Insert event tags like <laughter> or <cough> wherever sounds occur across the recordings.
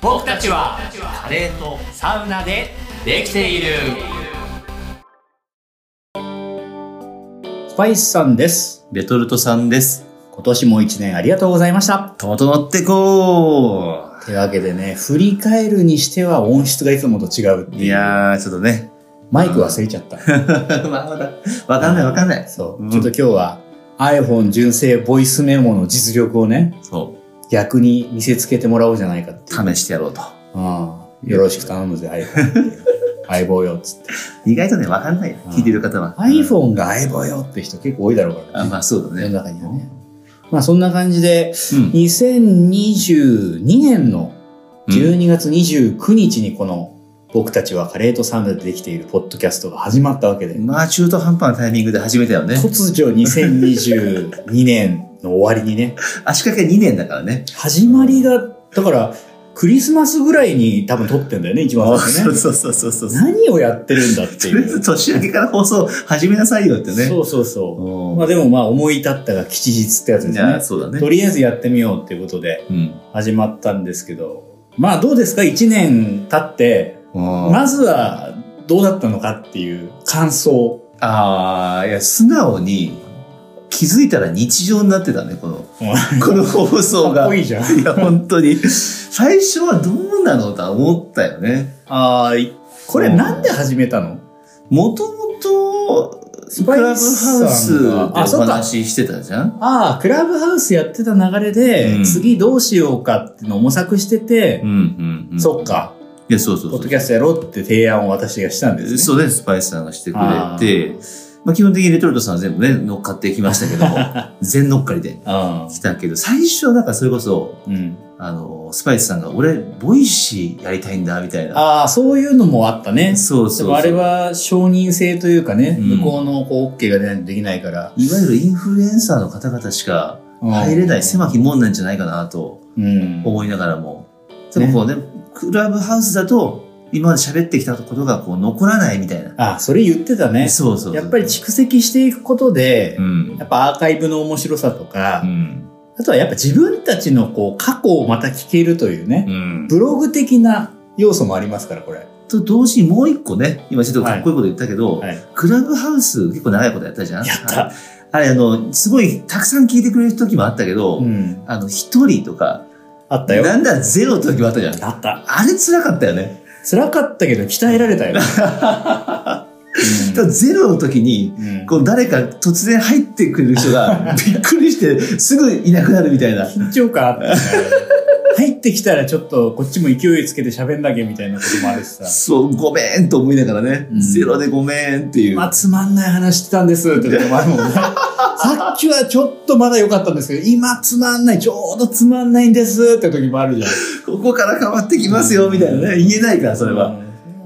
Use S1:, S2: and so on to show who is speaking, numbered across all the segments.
S1: 僕たちは
S2: カレーと
S1: サウナでできている
S3: スパイスさんです。
S2: レトルトさんです
S3: 今年も一年ありがとうございました。
S2: トマト乗ってこ
S3: てわけでね、振り返るにしては音質がいつもと違うって
S2: う
S3: いう。
S2: いやーちょっとね <laughs>
S3: マイク忘れちゃった。
S2: まあまだわかんないわかんない
S3: そう、
S2: うん
S3: ちょっと今日は iPhone 純正ボイスメモの実力をね、
S2: そ
S3: 逆に見せつけてもらおうじゃないかっていう。
S2: う試してやろうと
S3: うん。よろしく頼むぜ、iPhone っていう。相棒よっつって。
S2: 意外とねわかんないよ
S3: うん
S2: 聞いてる方は
S3: iPhone が相棒よって人結構多いだろうから、
S2: あ
S3: ね。
S2: まあそうだ
S3: 世の
S2: ね
S3: 中にはね。まあそんな感じで、
S2: うん
S3: 2022年の
S2: うん
S3: 12月29日にこの僕たちはカレーとサウナでできているポッドキャストが始まったわけで、
S2: まあ中途半端なタイミングで始めたよね
S3: 突如2022年の終わりにね、
S2: 足掛け2年だからね
S3: 始まりが、だから、クリスマスぐらいに多分撮ってんだよね、一番最初
S2: そう
S3: ね。
S2: そうそうそうそう
S3: 何をやってるんだって
S2: と
S3: い
S2: りあえず
S3: う。
S2: 年明けから放送始めなさいよってね
S3: そうそうそ
S2: お
S3: う。
S2: ー
S3: まあでもまあ思い立ったが吉日ってやつで
S2: じ
S3: す
S2: ゃあ
S3: ね。
S2: そうだね
S3: とりあえずやってみようっていうことで
S2: うん
S3: 始まったんですけど、まあどうですか一年経って、
S2: ま
S3: まずはどうだったのかっていう感想。
S2: ああ、いや、素直に気づいたら日常になってたね、この、この放送
S3: かっ
S2: が。
S3: こい
S2: い
S3: いじゃん。
S2: や、本当に。最初はどうなのとは思ったよね。
S3: あーいこれなんで始めたの
S2: もともと、
S3: ス
S2: ク
S3: パイ
S2: ラブハウ
S3: スさんが
S2: スでお
S3: あそうか
S2: 話ししてたじゃん
S3: ああ、クラブハウスやってた流れで、
S2: うん
S3: 次どうしようかっていうのを模索してて
S2: うん、うんうん。
S3: そっ。か、
S2: いや、そうそう
S3: ポ
S2: そ
S3: ッ
S2: う
S3: ドキ。ャストやろうって提案を私がしたんですね。
S2: そうです、スパイスさんがしてく
S3: あ
S2: れて、まあ、基本的にレトルトさんは全部ね、乗っかってきましたけども、
S3: <laughs>
S2: 全乗っかりで
S3: あ
S2: 来たけど、最初はなんかそれこそ、
S3: ーうん、
S2: あの、スパイスさんが、俺、ボイシーやりたいんだ、みたいな。
S3: あー、そういうのもあったね。
S2: そう
S3: で
S2: そうそう。
S3: もあれは承認制というかね、
S2: うん
S3: 向こうのこう OK が出ないとできないから。
S2: いわゆるインフルエンサーの方々しか入れない狭き門なんじゃないかなと
S3: うん。
S2: 思いながらも。でもこうね、クラブハウスだと、今まで喋ってきたことがこう残らないみたいな。
S3: あー、それ言ってたね。
S2: そうそうそう。
S3: やっぱり蓄積していくことで、
S2: うん
S3: や。っぱアーカイブの面白さとか、
S2: うん。
S3: あとはやっぱ自分たちのこう過去をまた聞けるというね、
S2: うん。
S3: ブログ的な要素もありますから、これ。
S2: と同時にもう一個ね、今ちょっとかっこいいこと言ったけど、
S3: はい。
S2: クラブハウス結構長いことやったじゃん
S3: やった。
S2: あれ、あの、すごいたくさん聞いてくれる時もあったけど、
S3: うん。
S2: あの、一人とか、
S3: あったよ。
S2: なんだゼロの時もあったじゃん。
S3: あった。
S2: あれ辛かったよね。
S3: 辛かったけど鍛えられた
S2: <laughs>
S3: よ。
S2: だからゼロの時に、
S3: うんうん
S2: こう誰か突然入ってくれる人 <laughs> がびっくりしてすぐいなくなるみたいな。
S3: 緊張感あったよね。
S2: <laughs>
S3: 入ってきたらちょっとこっちも勢いつけて喋んなきゃみたいなこともあるしさ。
S2: そう、ごめんと思いながらね、
S3: うん
S2: ゼロでごめんっていう。
S3: まあ、つまんない話してたんですってこともあるもん
S2: <laughs>
S3: ね。さっきはちょっとまだ良かったんですけど、今つまんない、ちょうどつまんないんですって時もあるじゃん。
S2: ここから変わってきますよみたいなね、言えないから、それは。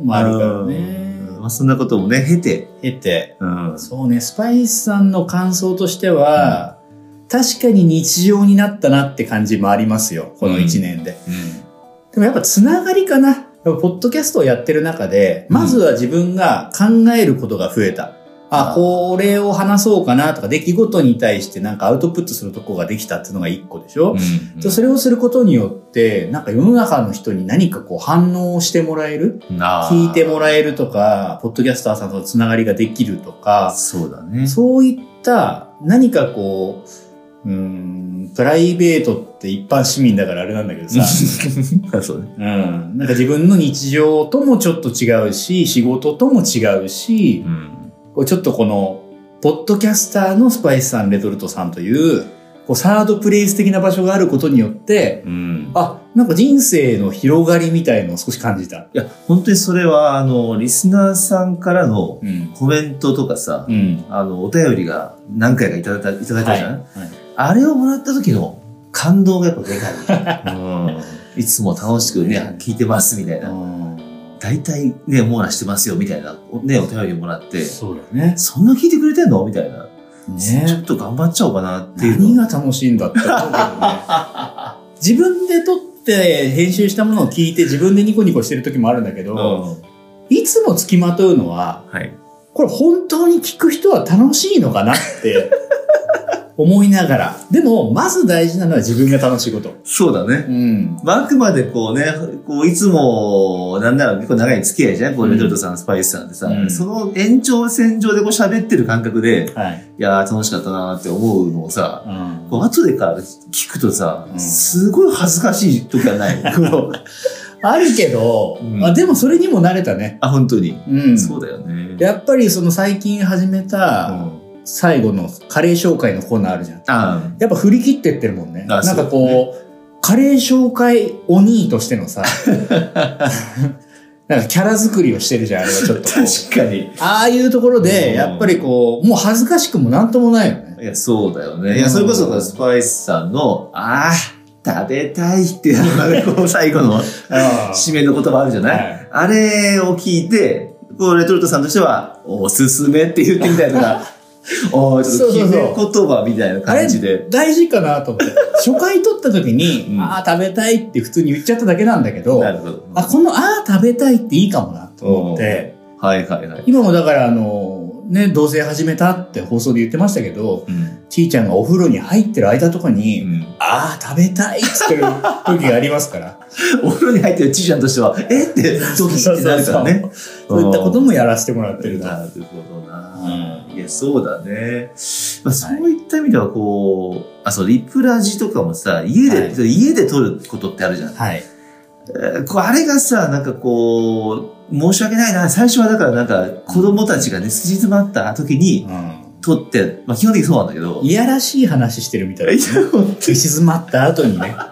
S3: うん。もあるからね。
S2: うんまあ、そんなこともね、経て。
S3: 経て、
S2: うん。
S3: そうね、スパイスさんの感想としては、確かに日常になったなって感じもありますよ、この1年で。でもやっぱつながりかな。やっぱポッドキャストをやってる中で、まずは自分が考えることが増えた。あ、
S2: あ
S3: これを話そうかなとか、出来事に対してなんかアウトプットするとこができたっていうのが1個でしょ、
S2: うん
S3: でそれをすることによって、なんか世の中の人に何かこう反応をしてもらえる、聞いてもら
S2: え
S3: えるとか、ポッドキャスターさんとのつながりができるとか、
S2: そうだね。
S3: そういった何かこう、うーん、プライベートって一般市民だからあれなんだけどさ、
S2: あ <laughs> そうね。
S3: うん、なんか自分の日常ともちょっと違うし、仕事とも違うし
S2: う、ん。
S3: こうちょっとこの、ポッドキャスターのスパイスさん、レトルトさんという、こうサードプレイス的な場所があることによって、
S2: うん。
S3: あ、なんか人生の広がりみたいのを少し感じた。
S2: いや、本当にそれは、あの、リスナーさんからの
S3: うん。
S2: コメントとかさ、
S3: うん。
S2: あの、お便りが何回かいただいたいただいたじゃん、
S3: はいはい
S2: あれをもらった時の感動がやっぱで <laughs> かい。うん。いつも楽しくね、聞いてますみたいな。大体ね、網羅してますよみたいな、おね、お便りもらって、
S3: そうだね。
S2: そんな聞いてくれてんのみたいな、
S3: ね
S2: ちょっと頑張っちゃおうかなっていうの。
S3: 何が楽しいんだって思うけどね。自分で撮って編集したものを聞いて自分でニコニコしてる時もあるんだけど、
S2: うん
S3: いつも付きまとうのは、
S2: はい。 <laughs>
S3: これ本当に聞く人は楽しいのかなって思いながら。でも、まず大事なのは自分が楽しいこと。
S2: そうだね
S3: う。ん。
S2: まあ、あくまでこうね、こういつも、なんなら結構長い付き合いじゃんこう、
S3: うん
S2: レトルトさん、スパイスさんってさ、
S3: うん
S2: その延長線上でこう喋ってる感覚で、
S3: はい。
S2: いやー楽しかったなーって思うのをさ、
S3: うん
S2: こう後でから聞くとさ、
S3: うん
S2: すごい恥ずかしい時はない。
S3: <laughs>
S2: こう
S3: あるけど、
S2: うん
S3: あでもそれにも慣れたね。
S2: あ、本当に。
S3: うん。
S2: そうだよね。
S3: やっぱりその最近始め
S2: う
S3: た
S2: ん
S3: 最後のカレー紹介のコーナーあるじゃん。
S2: あ
S3: やっぱ振り切ってってるもんね。な
S2: あ
S3: んか
S2: そうだ
S3: こう、カレー紹介お兄としての
S2: <laughs>
S3: さ、なんかキャラ作りをしてるじゃん、あれはちょっとこう。
S2: 確かに。
S3: ああいうところで、
S2: うん
S3: やっぱりこう、もう恥ずかしくもなんともないよね。
S2: いや、そうだよね。いうや、
S3: ん
S2: それこそスパイスさんの、ああ、食べたいっていうのがね、こう最後の締めの言葉あるじゃない、
S3: はい
S2: あれを聞いて、こうレトルトさんとしては、おすすめって言ってみたいなのが、おーちょっと決め言葉みたいな
S3: あれ
S2: 感じで。
S3: 大事かなと思って。初回撮った時に、
S2: うん
S3: ああ、食べたいって普通に言っちゃっただけなんだけど、
S2: な
S3: あ、
S2: るほど。
S3: このああ、食べたいっていいかもなと思って、
S2: はいはいはい。
S3: 今もだからあの、ね、同棲始めたって放送で言ってましたけど、
S2: うん。
S3: ちいちゃんがお風呂に入ってる間とかに、
S2: うん
S3: ああ、食べたいっつってる時がありますから、
S2: お風呂に入ってるちいちゃんとしては、えって、ドキってなるからね。
S3: そういったこともやらせてもらってるな。
S2: なるほどな。いや、そうだね。まあ、そういった意味では、こう、あ、そう、リプラジとかもさ、家で、
S3: は
S2: 家で撮ることってあるじゃん。
S3: はい。
S2: えーこうあれがさ、なんかこう、申し訳ないな。最初はだからなんか、子供たちがね、筋詰まった時に
S3: うん
S2: 撮って、まあ基本的にそうなんだけど、
S3: いやらしい話してるみたいな。
S2: い
S3: 行き詰まった後にね。
S2: や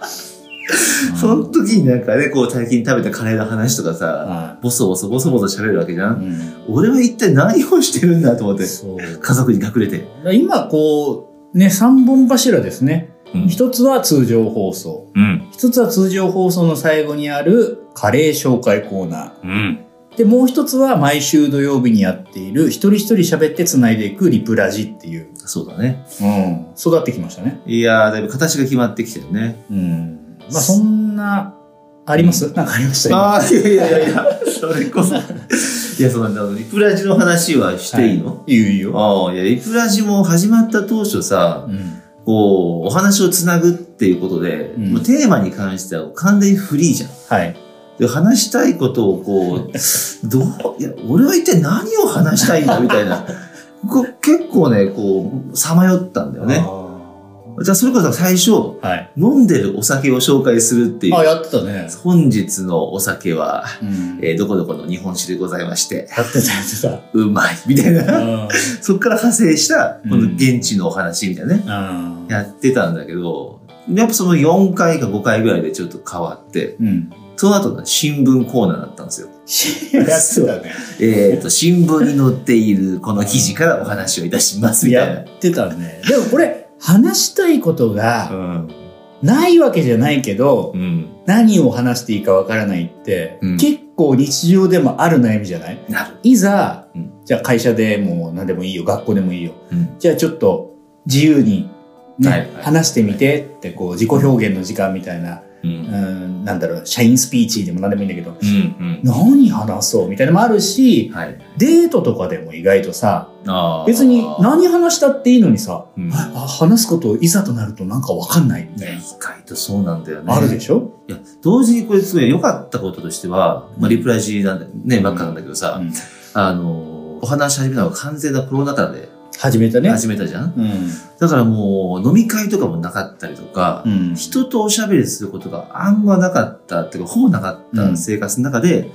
S2: その時になんかね、こう最近食べたカレーの話とかさ、
S3: は
S2: ボソボソボソボソ喋るわけじ
S3: い
S2: ゃん。俺は一体何をしてるんだと思って、
S3: そう
S2: 家族に隠れて。
S3: 今こう、ね、三本柱ですね。
S2: うん
S3: 一つは通常放送。
S2: うん。
S3: 一つは通常放送の最後にあるカレー紹介コーナ
S2: うん。
S3: ー。で、もう一つは毎週土曜日にやっている一人一人喋って繋いでいくリプラジっていう。
S2: そうだね。
S3: うん。育ってきましたね。
S2: いやー、だいぶ形が決まってきてるね。
S3: うん。まあそんな、ありますなんかありました今
S2: ああ、いやいやいやいや、それこそ。いや、その、あのリプラジの話はしていいの、
S3: いいよいいよ。
S2: ああ、いや、リプラジも始まった当初さ、
S3: うん。
S2: こう、お話をつなぐっていうことで、
S3: うん
S2: もうテーマに関しては完全にフリーじゃん。
S3: はい。
S2: で、話したいことを <laughs> こう、どう、いや、俺は一体何を話したいんだみたいな。こう結構ね、こう、さまよったんだよね。
S3: あ
S2: じゃあ、それこそ最初、
S3: ーはい。
S2: 飲んでるお酒を紹介するってい
S3: あ、
S2: う。
S3: やってたね。
S2: 本日のお酒は、
S3: うん
S2: えーどこどこの日本酒でございまして、
S3: やってたやってた。
S2: うまい、みたいな。
S3: う
S2: そっから派生した、こ
S3: う
S2: の
S3: ん
S2: 現地のお話みたいなね。
S3: ん。
S2: やってたんだけど、やっぱその4回か5回ぐらいでちょっと変わって、
S3: うん。
S2: その後が新聞コーナーだったんですよ。
S3: やってたね。
S2: えっ、と、新聞に載っているこの記事からお話をいたしますみたい
S3: や
S2: な。
S3: ってたね。でもこれ、話したいこと
S2: う
S3: が
S2: ん。
S3: ないわけじゃないけど、
S2: うん。
S3: 何を話していいかわからないって、
S2: うん
S3: 結構日常でもある悩みじゃない
S2: なる。
S3: いざ、
S2: うん
S3: じゃあ会社でもう何でもいいよ、学校でもいいよ。
S2: うん。
S3: じゃあちょっと自由に、ね
S2: はいはい
S3: 話してみてって、こう自己表現の時間みたいな、
S2: う。
S3: うんん、なんだろう、社員スピーチでも何でもいいんだけど、
S2: うん。
S3: 何話そうみたいなのもあるし、
S2: はい。
S3: デートとかでも意外とさ、
S2: あー
S3: 別に何話したっていいのにさ、
S2: うん
S3: あ話すこといざとなるとなんかわかんないみたいな。
S2: 意外とそうなんだよね。
S3: あるでしょ、
S2: いや、同時にこれすごい良かったこととしては、まあ、リプライジなんだ、ね、ばっかなんだけどさ、
S3: うん
S2: あの、お話し始めたのが完全なコロナ禍で
S3: 始めたね。
S2: 始めたじゃん
S3: うん。
S2: だからもう飲み会とかもなかったりとか、
S3: うん。
S2: 人とおしゃべりすることがあんまなかったっていうか、ほぼなかっ
S3: う
S2: た
S3: ん
S2: 生活の中で、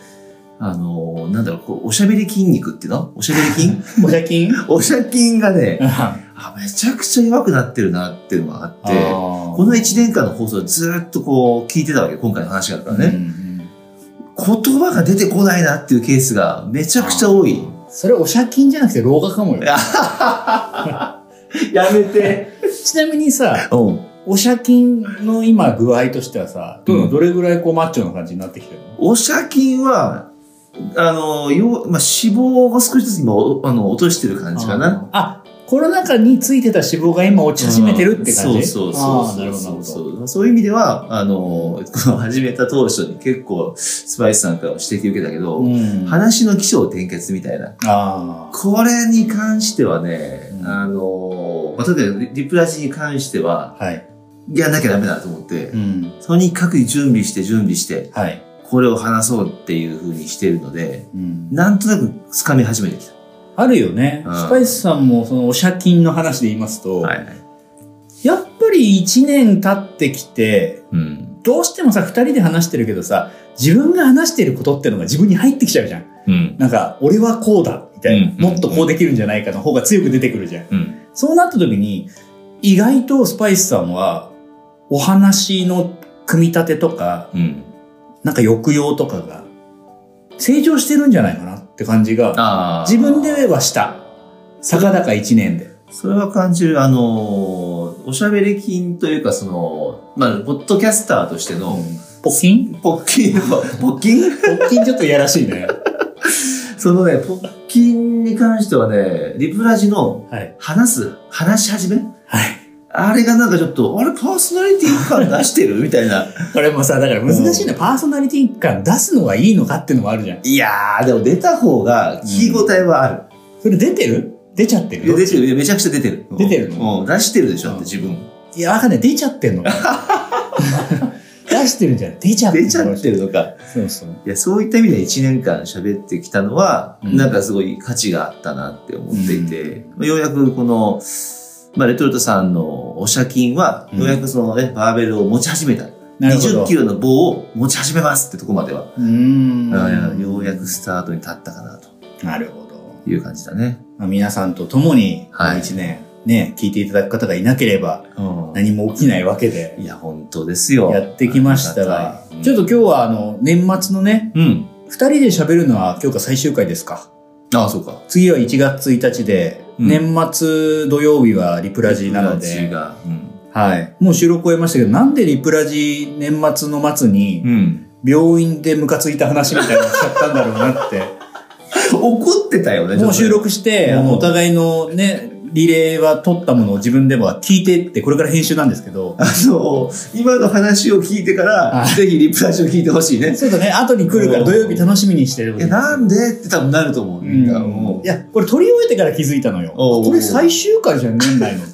S2: あのー、なんだろう、こう、おしゃべり筋肉っていうのおしゃべり筋
S3: お借金
S2: <laughs> おしゃ筋がね、
S3: あ
S2: あめちゃくちゃ弱くなってるなっていうのがあって、
S3: ー
S2: この1年間の放送をずーっとこう聞いてたわけ、今回の話があるから
S3: うん
S2: ね。
S3: うん
S2: 言葉が出てこないなっていうケースがめちゃくちゃ多
S3: <laughs>
S2: い。
S3: それお借金じゃなくて老化かもよ。
S2: やめて。
S3: ちなみにさ、
S2: <laughs> うん。
S3: お借金の今具合としてはさ、どのどれぐらいこうマッチョな感じになってきてるの、
S2: お借金は、あの、よまあ、脂肪を少しずつ今、おあの、落としてる感じかな。
S3: あ、コロナ禍についてた脂肪が今落ち始めてるって感じ、
S2: うんそうそうそう
S3: あーなるほど、な
S2: そ
S3: る
S2: う
S3: ほ
S2: そ
S3: ど。
S2: うそういう意味では、あの、この <laughs> 始めた当初に結構、スパイスさんから指摘受けたけど、
S3: うん
S2: 話の起承転結みたいな。
S3: ああ。
S2: これに関してはね、
S3: うん
S2: あの
S3: ほ
S2: まあ、例えばリプラジに関しては、
S3: う。はい。
S2: やんなきゃダメだと思って、
S3: うん。
S2: とにかく準備して準備して、
S3: はい。
S2: これを話そうっていうふうにしてるので、
S3: うん、
S2: なんとなく掴み始めてき
S3: あるよね。
S2: うん
S3: スパイスさんも、その、お借金の話で言いますと、
S2: た。い。
S3: やっぱり一年経ってきて、
S2: うん。
S3: どうしてもさ、二人で話してるけどさ、自分が話してることってのが自分に入ってきちゃうじゃん。
S2: うん。
S3: なんか、俺はこうだ、みたいな、
S2: うんうんうん
S3: もっとこうできるんじゃないかの方が強く出てくるじゃん。
S2: うん。
S3: そうなった時に、意外とスパイスさんは、お話の組み立てとか、
S2: うん。
S3: なんか抑揚とかが、成長してるんじゃないかなって感じが、
S2: ああ。
S3: 自分ではした。たかだか1年で。
S2: それは感じる、あのーおしゃべり金というか、その、まあ、ポッドキャスターとしての、
S3: ポッキン
S2: ポッキン、 <laughs> ポッキン
S3: ポッキンちょっといやらしい
S2: <laughs>
S3: ね。
S2: そのね、ポッキンに関してはね、リプラジの
S3: はい。
S2: 話す、話し始め
S3: はい。
S2: あれがなんかちょっと、あれパーソナリティ感出してるみたいな。
S3: これもさ、だから難しいな。パーソナリティ感出すのがいいのかっていうのもあるじゃん。
S2: いやー、でも出た方が聞き応えはある。
S3: それ出てる出ちゃってる
S2: いや出てるいやめちゃくちゃ出てる。
S3: 出てるの
S2: うん、出してるでしょ、だって
S3: うん
S2: 自分。
S3: いや、わかんない。出ちゃってん
S2: <laughs>
S3: のかな出してるんじゃない出ちゃってる。
S2: 出ちゃってるのか。
S3: そうそう。
S2: いや、そういった意味で1年間喋ってきたのは、
S3: うん
S2: なんかすごい価値があったなって思っていて、ようやくこの、まあ、レトルトさんのお借金は、
S3: うん
S2: ようやくそのね、バーベルを持ち始めた。
S3: なるほど。
S2: 20キロの棒を持ち始めますってとこまでは、
S3: うーん。
S2: ようやくスタートに立ったかなと
S3: なるほど。
S2: いう感じだね。
S3: まあ、皆さんと共に、
S2: はい
S3: 一年、ね、聞いていただく方がいなければ、何も起きないわけで、
S2: いや、本当ですよ。
S3: やってきましたが、ちょっと
S2: と、
S3: 今日は、あの、年末のね、
S2: うん。
S3: 二人で喋るのは今日が最終回ですか。
S2: ああ、そうか。
S3: 次は1月1日で、
S2: うん
S3: 年末土曜日はリプラジなの
S2: 友達
S3: で、
S2: がうん。
S3: はい。もう収録終えましたけど、なんでリプラジ年末の末に、
S2: うん。
S3: 病院でムカついた話みたいなのしちゃったんだろうなって。
S2: 怒ってたよね、
S3: <laughs> もう収
S2: ちょっとね。
S3: 録して、
S2: うん
S3: あの、お互いのね、リレーは撮ったものを自分では聞いてって、これから編集なんですけど、
S2: あの、今の話を聞いてから、ぜひリプラジを聞いてほしいね。
S3: そうだね、後に来るから土曜日楽しみにしてる
S2: いや、なんでって多分なると思う。みんな
S3: うん
S2: も。
S3: いうや、これ撮り終えてから気づいたのよ。あ
S2: おうおうおう
S3: これ最終回じゃん、年内のって。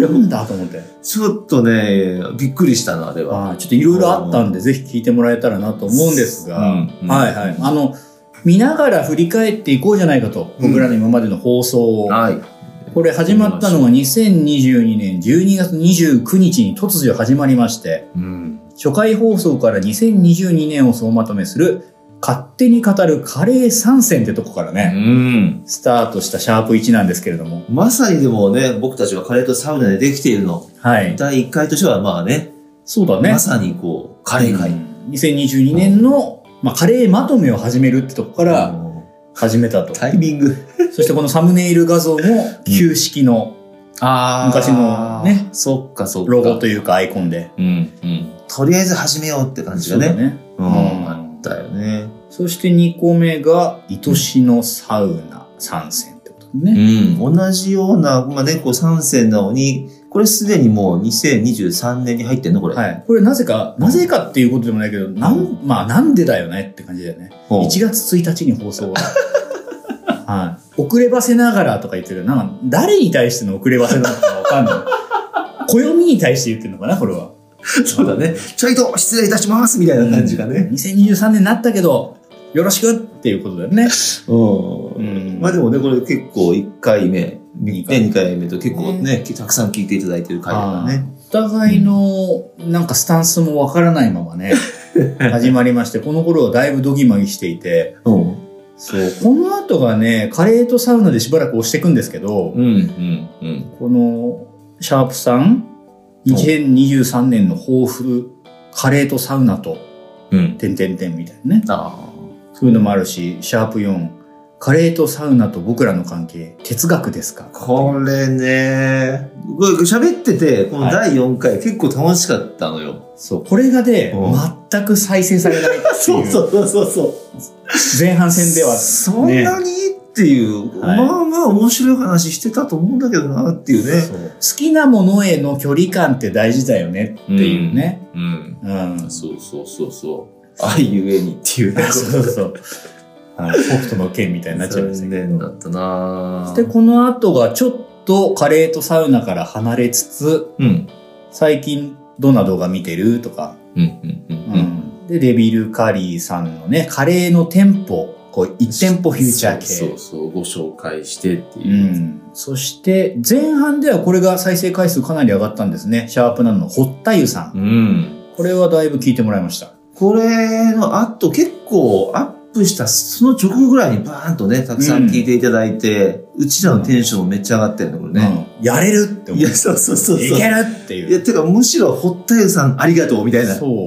S3: なんだと思って。
S2: ちょっとね、びっくりしたな、あれは。
S3: あーちょっといろいろあったんで、ぜひ聞いてもらえたらなと思うんですが、
S2: うんうん
S3: はいはい。あの、見ながら振り返っていこうじゃないかと、僕らの今までの放送を。
S2: はい。
S3: これ始まったのが2022年12月29日に突如始まりまして、
S2: うん。
S3: 初回放送から2022年を総まとめする、勝手に語るカレー参戦ってとこから
S2: う
S3: ね、
S2: ん。
S3: スタートしたシャープ1なんですけれども、
S2: まさにでもね、僕たちはカレーとサウナでできているの。
S3: はい。
S2: 第1回としては、まあね、
S3: そうだね
S2: ま。さにこう、カレー
S3: う
S2: 会。
S3: ん2022年の、まあ、カレーまとめを始めるってとこから
S2: うん
S3: 始めたと。
S2: タイミング。
S3: そしてこのサムネイル画像も旧式の
S2: あ
S3: 昔のね。
S2: そっかそっか。
S3: ロゴというかアイコンで。
S2: うん。うん。とりあえず始めようって感じ
S3: そ
S2: が
S3: うだ
S2: ね。
S3: ね。
S2: う
S3: うん
S2: ん。あったよね。
S3: そして2個目が、愛しのサウナ参戦ってことだね。
S2: うん、同じような、まあ、猫3選なのに、これすでにもう2023年に入ってんのこれ。
S3: はい。これなぜか、なぜかっていうことでもないけど、なん、まあなんでだよねって感じだよね。
S2: うん
S3: 1月1日に放送が。 <laughs> はい。遅ればせながらとか言ってるけどなんか誰に対しての遅ればせなのかわかんない。暦に対して言ってるのかな、これは。
S2: そうだね。ちょいと失礼いたしますみたいな感じがね。
S3: 2023年になったけど、よろしくっていうことだよね。
S2: う。
S3: うんん
S2: まあでもね、これ結構1回目、
S3: 二
S2: 2
S3: 回
S2: 回,、二回目と結構ね、たくさん聞いていただいてる回だからね。
S3: お互いの、なんかスタンスもわからないまま
S2: <laughs>
S3: ね、始まりまして、この頃はだいぶドギマギしていて、
S2: うん。
S3: そう、この後がね、カレーとサウナでしばらく押していくんですけど、
S2: うん、うん、うん。
S3: この、シャープさん、2023年の抱負、カレーとサウナと、
S2: うん。
S3: てんてんてんみたいなね。
S2: あ
S3: そういうのもあるし、シャープ4、カレーとサウナと僕らの関係、哲学ですか
S2: あ。これね、これ喋ってて、この第4回、結構楽しかったのよ。
S3: そう、これがで
S2: うん、
S3: 全く再生されないっていう。
S2: うそうそうそう。
S3: 前半戦では
S2: そんなにっていう、
S3: はい
S2: まあまあ面白い話してたと思うんだけどなっていうね。
S3: そう好きなものへの距離感って大事だよねっていうね。
S2: うん。
S3: うん。
S2: そうそうそうそう。愛ゆえにっていうね。
S3: あそうそう。あの北斗の剣みたいになっちゃいました
S2: 残
S3: け
S2: 念だ
S3: ど。
S2: ったなぁ
S3: で、この後がちょっとカレーとサウナから離れつつ、
S2: うん。
S3: 最近どんな動画見てるとか、
S2: うん。うん。うん。
S3: で、デビル・カリーさんのね、カレーの店舗、こう、一店舗フューチャー系。
S4: そうそう、ご紹介してって
S3: う
S4: いう。
S3: ん。そして、前半ではこれが再生回数かなり上がったんですね。シャープなのの堀田湯さん。
S2: うん。
S3: これはだいぶ聞いてもらいました。
S2: これの後結構アップしたその直後ぐらいにバーンとね、たくさん聞いていただいて、うちらのテンションもめっちゃ上がってるんだこれね。
S3: うんやれるって思。
S2: いうや、そうそうそうそう。
S3: いけるっていう。
S2: いや、てかむしろ堀田湯さんありがとうみたいな。
S3: そう。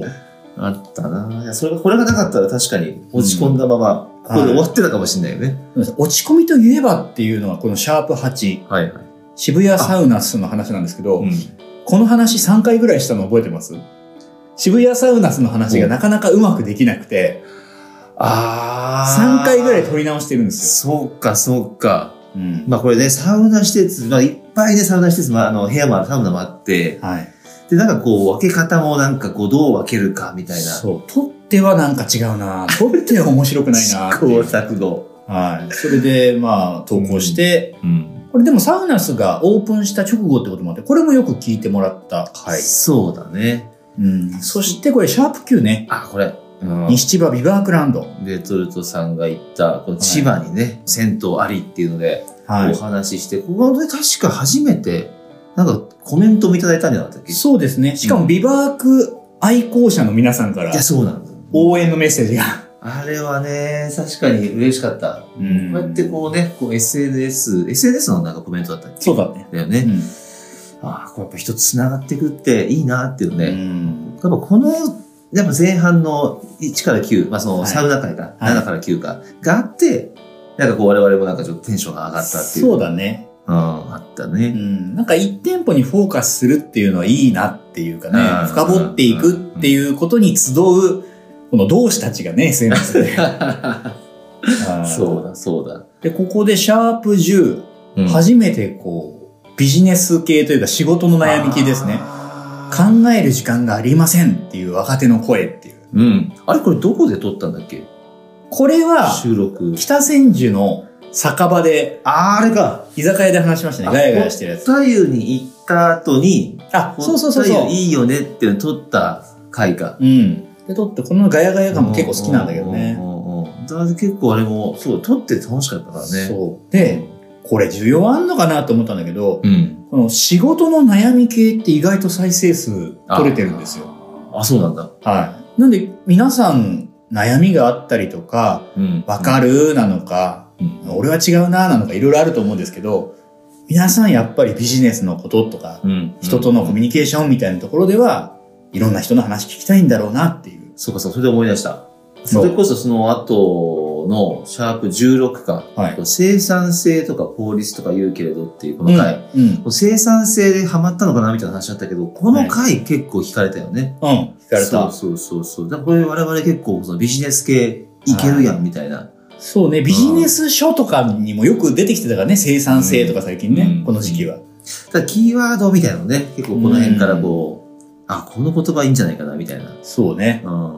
S2: あったないや、それが、これがなかったら確かに落ち込んだまま、これで終わってたかもしれないよね。
S3: 落ち込みといえばっていうのはこのシャープ8、
S2: はいはい。
S3: 渋谷サウナスの話なんですけど、
S2: うん
S3: この話3回ぐらいしたの覚えてます渋谷サウナスの話がなかなかうまくできなくて、
S2: あー。
S3: 3回ぐらい取り直してるんです
S2: そうか、そうか。
S3: よ。うん。
S2: まあこれね、サウナ施設、まあいっぱいね、サウナ施設、まああの、部屋もある、サウナもあって、
S3: はい。
S2: で、なんかこう、分け方もなんかこう、どう分けるかみたいな。
S3: そう。撮ってはなんか違うな撮っては面白くないな
S2: 試
S3: って
S2: <laughs> 行
S3: いう
S2: 錯誤。
S3: はい。それで、まあ、投稿して、
S2: うん。
S3: これでもサウナスがオープンした直後ってこともあって、これもよく聞いてもらった回。
S2: そうだね。
S3: うん。そしてこれ、シャープ Q ね。
S2: あ、これ。うん
S3: 西千葉ビバークランド。
S2: レトルトさんが行った、この千葉にね、銭湯ありっていうので、
S3: は
S2: お話しして、ここで確か初めて、なんかコメントもいただいたんじゃなかったっけ
S3: そうですね。しかも、ビバーク愛好者の皆さんから
S2: いや、そうなんだ。
S3: 応援のメッセージが。
S2: あれはね、確かに嬉しかった。
S3: うん
S2: こうやってこうね、こう SNS、SNS のなんかコメントだったっけ
S3: そうだね。
S2: だよね。
S3: ん。
S2: ああ、こうやっぱ人と繋がっていくっていいなっていう
S3: う
S2: ね。
S3: ん。
S2: やっぱこの、やっぱ前半の1から9、まあそ
S3: は
S2: の
S3: い
S2: サウナ会か、
S3: はい
S2: 7から9か、があって、なんかこう我々もなんかちょっとテンションが上がったっていう。
S3: そうだね。
S2: うん、あった
S3: う
S2: ね。
S3: ん。なんか一店舗にフォーカスするっていうのはいいなっていうかね
S2: うん、
S3: 深掘っていくっていうことに集う、この同志たちがね、SNS で。
S2: <laughs> そうだ、そうだ。
S3: で、ここでシャープ10、
S2: うん
S3: 初めてこう、ビジネス系というか仕事の悩み系ですね。
S2: あー
S3: 考える時間がありませんっていう若手の声っていう。
S2: うん。あれこれどこで撮ったんだっけ
S3: これは、
S2: 収録。
S3: 北千住の酒場で、
S2: あーあれか。
S3: 居酒屋で話しましたね。
S2: あ
S3: ガヤガヤしてるやつ。
S2: 太陽に行った後に、
S3: あ、そうそうそうそう
S2: 太。陽いいよねっていうの撮った回か。
S3: うん。で、撮って、このガヤガヤ感も結構好きなんだけど
S2: う
S3: ね。
S2: んうんうんうん。だから結構あれも、そう、撮って楽しかったからね。
S3: そう。で、これ需要あんのかなと思ったんだけど、
S2: うん。
S3: この仕事の悩み系って意外と再生数取れてるんですよ。
S2: あ、そうなんだ。
S3: はい。なんで、皆さん悩みがあったりとか、
S2: うん
S3: わかるなのか、
S2: うん
S3: 俺は違うななのかいろいろあると思うんですけど、皆さんやっぱりビジネスのこととか、
S2: うん。
S3: 人とのコミュニケーションみたいなところでは、いろんな人の話聞きたいんだろうなっていう。
S2: そうかそう、それで思い出した。
S3: そ
S2: そうれこそその後のシャープ16か、
S3: はい。
S2: 生産性とか効率とか言うけれどっていうこの回、
S3: うん。うん。
S2: 生産性でハマったのかなみたいな話だったけど、この回結構惹かれたよね。
S3: うん。聞かれた。そう
S2: そうそうそうそう。だからこれ我々結構そのビジネス系いけるやんみたいな。
S3: ね。ビジネス書とかにもよく出てきてたからね。生産性とか最近ね。
S2: うん
S3: この時期は。
S2: ただキーワードみたいなのね、結構この辺からこう、あ、この言葉いいんじゃないかなみたいな。
S3: そうね。
S2: うん、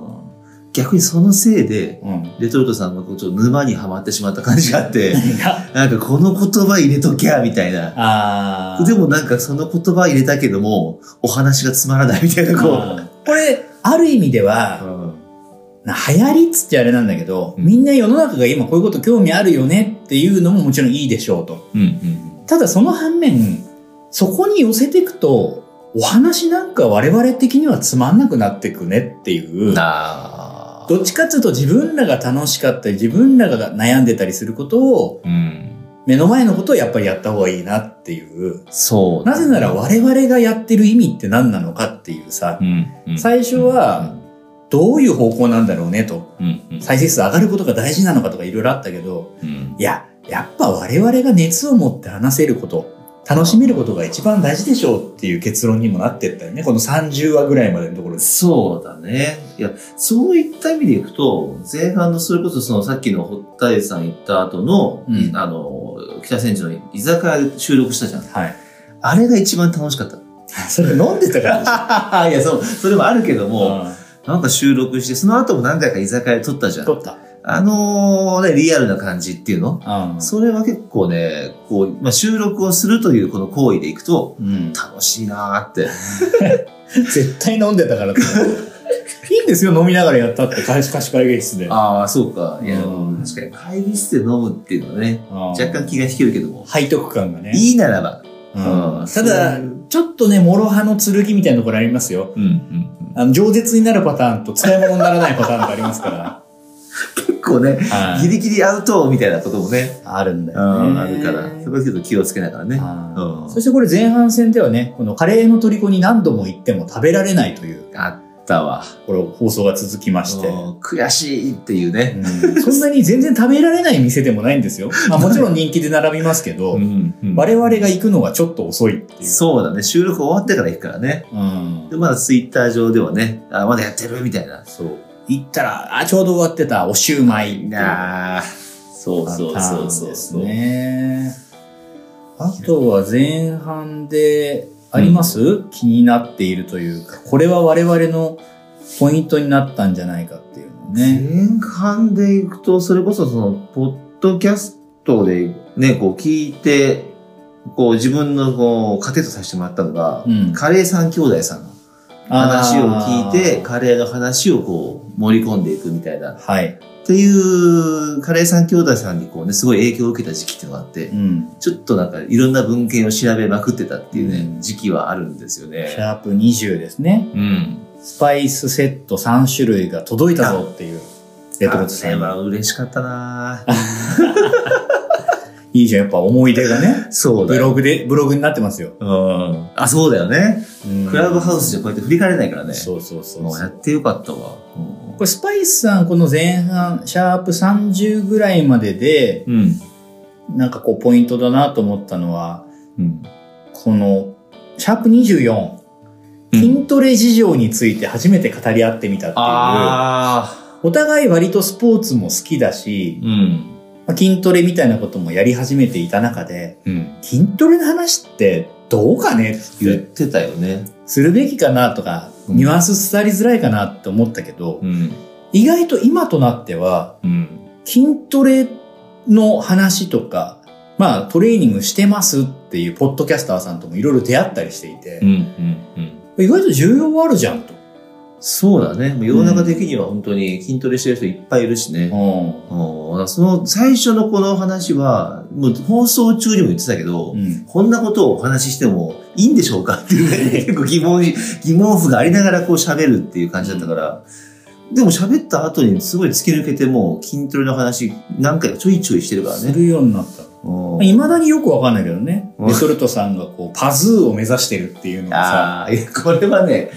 S2: 逆にそのせいで、
S3: うん。
S2: レトルトさんがこうちょっと沼にはまってしまった感じがあ
S3: <laughs>
S2: って、
S3: 何が
S2: なんかこの言葉入れときゃみたいな。
S3: あー
S2: でもなんかその言葉入れたけども、お話がつまらないみたいな、こ
S3: あーこれ、ある意味で
S2: う。
S3: は、
S2: うん
S3: な流行りっつってあれなんだけど、
S2: うん
S3: みんな世の中が今こういうこと興味あるよねっていうのももちろんいいでしょうと。
S2: うん
S3: ただその反面、そこに寄せていくと、お話なんか我々的にはつまんなくなってくねっていうう。
S2: ん。あ
S3: どっちかっていうと自分らが楽しかったり、自分らが悩んでたりすることを、
S2: うん。
S3: 目の前のことをやっぱりやった方がいいなっていう。
S2: そう。
S3: なぜなら我々がやってる意味って何なのかっていうさ
S2: う、ん、うん。
S3: 最初はどういう方向なんだろうねと。
S2: うん、うん。
S3: 再生数上がることが大事なのかとかいろいろあったけど、
S2: うん
S3: いや、やっぱ我々が熱を持って話せること、楽しめることが一番大事でしょうっていう結論にもなってったよね。この30話ぐらいまでのところです。
S2: そうだね。いや、そういった意味でいくと、前半のそれこそそのさっきの堀田江さん行った後の、
S3: うん
S2: あの、北千住の居酒屋で収録したじゃん。
S3: はい。 <laughs>
S2: あれが一番楽しかった。
S3: それ飲んでたからでし
S2: <laughs> いや、そう、それもあるけど
S3: ょ。
S2: も、なんか収録して、その後も何回か居酒屋で撮ったじゃん。
S3: った。
S2: あのね、リアルな感じっていうの
S3: うん
S2: それは結構ね、こう、まあ、収録をするというこの行為でいくと、
S3: うん
S2: 楽しいなーって。
S3: 絶対飲んでたからと思う
S2: <laughs>
S3: いいんですよ、飲みながらやったって、貸し貸し会議室で。
S2: ああ、そうか。いや、
S3: うん
S2: 確かに会議室で飲むっていうのはね、若干気が引けるけども、
S3: 背徳感がね。
S2: いいならば。
S3: うん
S2: うん
S3: ただ、ちょっとね、諸刃の剣みたいなところありますよ。
S2: うん、うん。
S3: あの、饒舌になるパターンと使い物にならないパターンがありますから。
S2: 結構ね、
S3: は
S2: ギ
S3: い
S2: リギリアウトみたいなこともね、
S3: あるんだ
S2: う
S3: よ
S2: ん、
S3: ね。
S2: あるから、そこはちょっと気をつけながらね。
S3: は
S2: うん
S3: いそしてこれ前半戦ではね、このカレーの虜に何度も行っても食べられないという、
S2: あったわ。
S3: これ放送が続きまして。
S2: うん悔しいっていうね。
S3: うんそんなに全然食べられない店でもないんです <laughs> よ。まあもちろん人気で並びますけど、我々が行くのがちょっと遅いっていう。
S2: そうだね、収録終わってから行くからね。
S3: うん
S2: で、まだツイッター上ではね、あ、まだやってるみたいな。
S3: そう。行ったら、あ、ちょうど終わってた、おしゅうまいっていう。
S2: ああ、そうそうそうそうそう。
S3: ね。あとは前半で、あります、気になっているというか、これは我々のポイントになったんじゃないかっていうのね。
S2: 前半でいくと、それこそその、ポッドキャストでね、こう聞いて、こう自分のこう、糧とさせてもらったのが、
S3: うん
S2: カレー三兄弟さんの話を聞いて、、カレーの話をこう、盛り込んでいくみたいな。
S3: あーはい。
S2: っていう、カレー三兄弟さんにこうね、すごい影響を受けた時期っていうのがあって、
S3: うん。
S2: ちょっとなんかいろんな文献を調べまくってたっていうね、
S3: うん
S2: 時期はあるんですよ
S3: シ
S2: ね。
S3: ャープ20ですね。
S2: うん。
S3: スパイスセット3種類が届いたぞっていう。レトルトさ
S2: あれ
S3: ん。
S2: は嬉しかったな
S3: <laughs>
S2: い
S3: いじゃん、やっぱ思い出がね。
S2: そう
S3: ブ
S2: だ <laughs> よ。
S3: ログで、ブログになってますよ。
S2: うん。あ、そうだよね。
S3: うん
S2: クラブハウスじゃこうやって振り返れないからね。
S3: そうそうそう
S2: もう
S3: そ
S2: や
S3: う。
S2: ってよかったわ。
S3: これスパイスさん、この前半、シャープ30ぐらいまでで、
S2: うん。
S3: なんかこうポイントだなと思ったのは、
S2: うん。
S3: この、シャープ24、
S2: うん
S3: 筋トレ事情について初めて語り合ってみたっていう、
S2: ああ。
S3: お互い割とスポーツも好きだし、
S2: うん。
S3: まあ筋トレみたいなこともやり始めていた中で、
S2: うん。
S3: 筋トレの話ってどうかねっ、
S2: 言っててたよね。
S3: するべきかなとか、
S2: うん
S3: ニュアンス伝わりづらいかなって思ったけど、
S2: ん。
S3: 意外と今となっては、
S2: うん。
S3: 筋トレの話とか、まあトレーニングしてますっていうポッドキャスターさんともいろいろ出会ったりしていて、
S2: うん。うん。
S3: 意外と需要あるじゃんと。
S2: そうだね。もう世の中的には本当に筋トレしてる人いっぱいいるしね。うん、その最初のこの話は、もう放送中にも言ってたけど、
S3: うん
S2: こんなことをお話ししてもいいんでしょうかっていうね、結構疑問に、 <laughs> 疑問符がありながらこう喋るっていう感じだったから、でも喋った後にすごい突き抜けてもう筋トレの話何回かちょいちょいしてるから
S3: す
S2: ね。
S3: るようになった。
S2: うん
S3: いまだによくわかんないけどね。
S2: うん
S3: レトルトさんがこう、パズーを目指してるっていうのがさ、
S2: ああ、いやこれはね、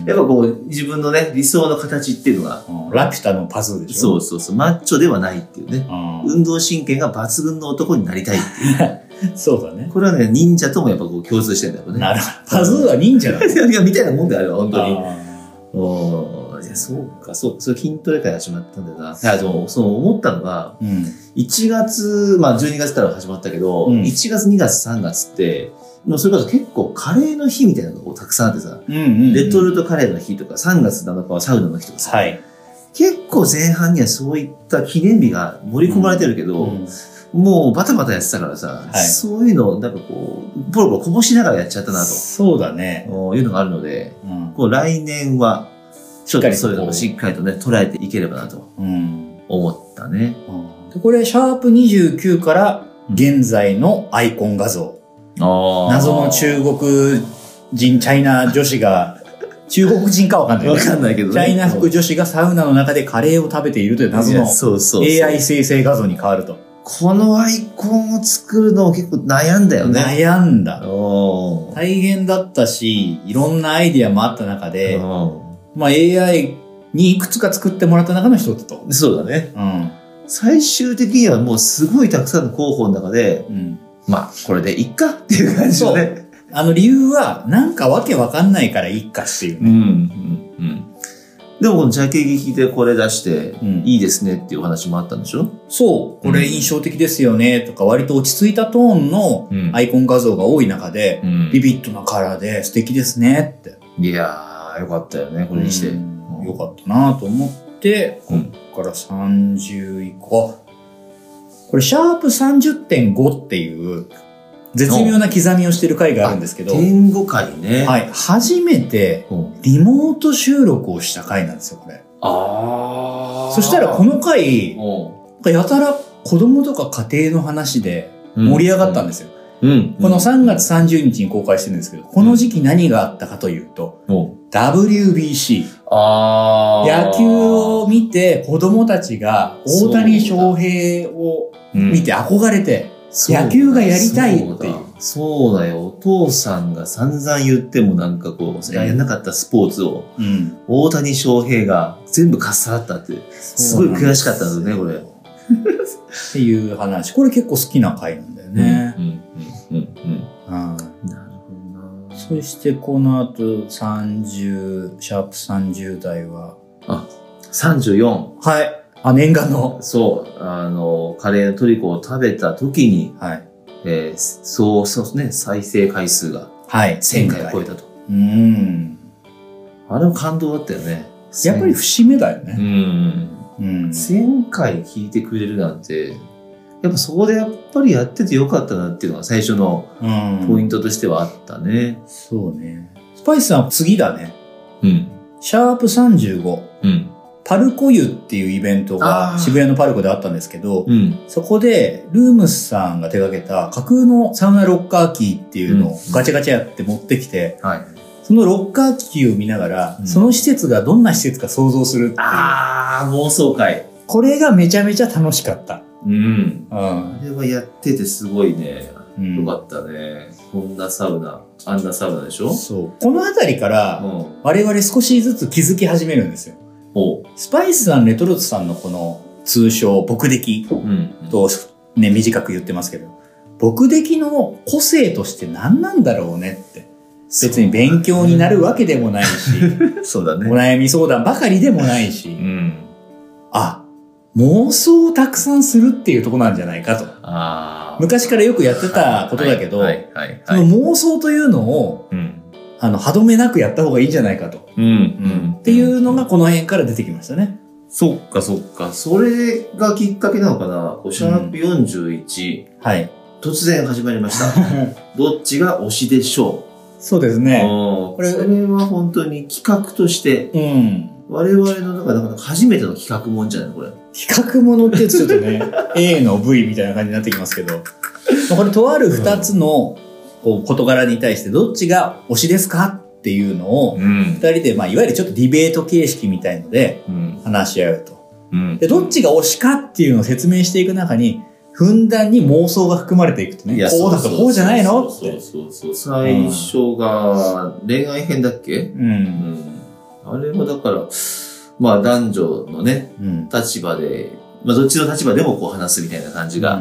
S3: うん
S2: やっぱこう自分のね、理想の形っていうのが、
S3: うんラピュタのパズーでし
S2: そ
S3: ょ。
S2: うそうそう、マッチョではないっていうね。
S3: うん
S2: 運動神経が抜群の男になりたいって
S3: そうだね。
S2: これはね、忍者ともやっぱこう共通してんだろうね。
S3: なるほど。パズーは忍者だ。
S2: <laughs> いやいや、みたいなもんだよ、あれは、本当に。
S3: あ
S2: おーいや、そうか、そうか、それ筋トレ会始まったんだよな。いや、でも、その思ったのが、
S3: ーうん。
S2: 1月、まあ12月から始まったけど、
S3: うん
S2: 1月、2月、3月って、もうそれこそ結構カレーの日みたいなのがたくさんあってさ、
S3: うんうんうん。
S2: レトルトカレーの日とか、3月7日はサウナの日とかさ、
S3: はい。
S2: 結構前半にはそういった記念日が盛り込まれてるけど、
S3: うん
S2: もうバタバタやってたからさ、
S3: はい
S2: そういうのをなんかこう、ボロボロこぼしながらやっちゃったな
S3: そうだね。
S2: というのがあるので、
S3: うん
S2: こう来年は、ちょっ
S3: か
S2: と
S3: りと
S2: そういうのをしっかりとね、捉えていければなと
S3: うん。
S2: 思ったね。
S3: でこれ、シャープ29から現在のアイコン画像。謎の中国人、チャイナ女子
S2: <laughs>
S3: が、中国人かわかんない
S2: わ
S3: ね。チ
S2: かん <laughs> ないけどね。
S3: ャイナ服女子がサウナの中でカレーを食べているという謎
S2: いや
S3: の
S2: そうそうそう
S3: AI 生成画像に変わると。
S2: このアイコンを作るのを結構悩んだよね。
S3: 悩んだ。
S2: おー
S3: 大変だったし、いろんなアイディアもあった中で、
S2: う
S3: まあ AI にいくつか作ってもらった中の一つと。
S2: んそうだね。
S3: うん。
S2: 最終的にはもうすごいたくさんの候補の中で、
S3: うん。
S2: まあ、これでいっかっていう感じのね。
S3: あの理由は、なんかわけわかんないからいいかっていう
S2: うん、う
S3: ね。
S2: ん、うん。でもこのジャケ劇でこれ出して
S3: う、ん
S2: いいですねっていうお話もあったんでしょ
S3: そう、これ印象的ですよね、とか、割と落ち着いたトーンの
S2: うん
S3: アイコン画像が多い中で、
S2: うん
S3: ビビッドなカラーで素敵ですねって。
S2: いやー、よかったよね、これにして。
S3: うんよかったなと思って、
S2: うん
S3: から30以降。これ、シャープ30.5っていう、絶妙な刻みをしてる回があるんですけど、
S2: 天狗会ね。
S3: はい。初めて、
S2: うん
S3: リモート収録をした回なんですよ、これ。
S4: あ
S3: そしたら、この回、
S4: の、
S3: なんかやたら子供とか家庭の話で盛り上がったんですよ。
S2: うん。
S3: この3月30日に公開してるんですけど、この時期何があったかというと、
S2: も
S3: WBC、
S4: あー
S3: 野球を見て子供たちが大谷翔平を
S2: う、うん
S3: 見て憧れて、
S2: そう
S3: 野球がやりたいってい
S4: そう
S3: う
S4: だ。
S2: そうだよ。お父さんが散々言ってもなんかこう、やらなかったスポーツを、
S3: うん
S2: 大谷翔平が全部かっさらったって。すごい悔しかったのね、これ。
S3: っていう話。これ結構好きな回なんだよね
S2: う。ん、うん、うん、
S3: うん
S2: うん。なるほどな。
S3: そしてこの後30、シャープ30代は、
S2: 34。
S3: はい。あ、念願の。
S2: そう、あの、カレーのトリコを食べた時に、
S3: はい。
S2: えーそうそうね、再生回数が
S3: はい。
S2: 1000回を超えたと。
S3: うん。
S2: あれも感動だったよね。
S3: やっぱり節目だよ
S2: う
S3: ね。
S2: ん。
S3: うん。
S2: 1000回聞いてくれるなんて、やっぱそこでやっぱりやっててよかったなっていうのが最初のポイン
S3: ト。
S2: トとしてはあったね。
S3: そうね。スパイスさんは次だね。
S2: うん。
S3: シャープ35。
S2: うん。
S3: パルコ湯っていうイベント
S2: あ
S3: が
S2: ー
S3: 渋谷のパルコであったんですけど、
S2: うん。
S3: そこでルームスさんが手掛けた架空のサウナロッカーキーっていうのを
S2: うん
S3: ガチャガチャやって持ってきて、
S2: はい。
S3: そのロッカーキーを見ながら、
S2: うん
S3: その施設がどんな施設か想像するっていう。
S2: あー、妄想会。
S3: これがめちゃめちゃ楽しかった。
S2: うん。
S3: うん
S2: あ。れはやっててすごいね。
S3: うん
S2: よかったね。こんなサウナ、あんなサウナでしょ
S3: そう。このあたりか
S2: う
S3: ら、
S2: ん。
S3: 我々少しずつ気づき始めるんですよ。
S2: おう。
S3: スパイスさん、レトルトさんのこの通称、僕的
S2: うん。
S3: と、ね、短く言ってますけど、僕的の個性として何なんだろうねって。別に勉強になるわけでもないし、
S2: そうだ
S3: お。悩み相談ばかりでもないし
S2: う、ん。
S3: あ、妄想をたくさんするっていうとこなんじゃないかと。
S2: あー。
S3: 昔からよくやってたことだけど、
S2: はい、はい、
S3: そ
S2: はい。
S3: の
S2: はい
S3: 妄想というのを、
S2: うん。
S3: あの、歯止めなくやった方がいいんじゃないかと。
S2: うん。うん。
S3: っていうのがこの辺から出てきましたね。
S2: そっかそっか。それがきっかけなのかな。こうシャープ41、
S3: はい。
S2: 突然始まりま
S3: <laughs>
S2: した。どっちが推しでしょ
S3: そうです
S2: う。
S3: ね。
S2: こ
S3: これ
S2: れそれは本当に企画として、
S3: うん。
S2: 我々の中でなかなか初めての企画もんじゃないのこれ。
S3: 企画ものってちょっとね、A の V みたいな感じになってきますけど、まあこれとある二つのこう事柄に対してどっちが推しですかっていうのを、二
S2: ん。
S3: 人で、まあ、いわゆるちょっとディベート形式みたいので
S2: うん。
S3: 話し合うと。
S2: うん
S3: で、どっちが推しかっていうのを説明していく中に、ふんだんに妄想が含まれていくとね、こうだとこうじゃないのっ
S2: そうそう
S3: て。
S2: そうそう最初が恋愛編だっけ
S3: う。
S2: うんん。あれもだから、まあ男女のね、
S3: うん。
S2: 立場で、まあどっちの立場でもこう話すみたいな感じが、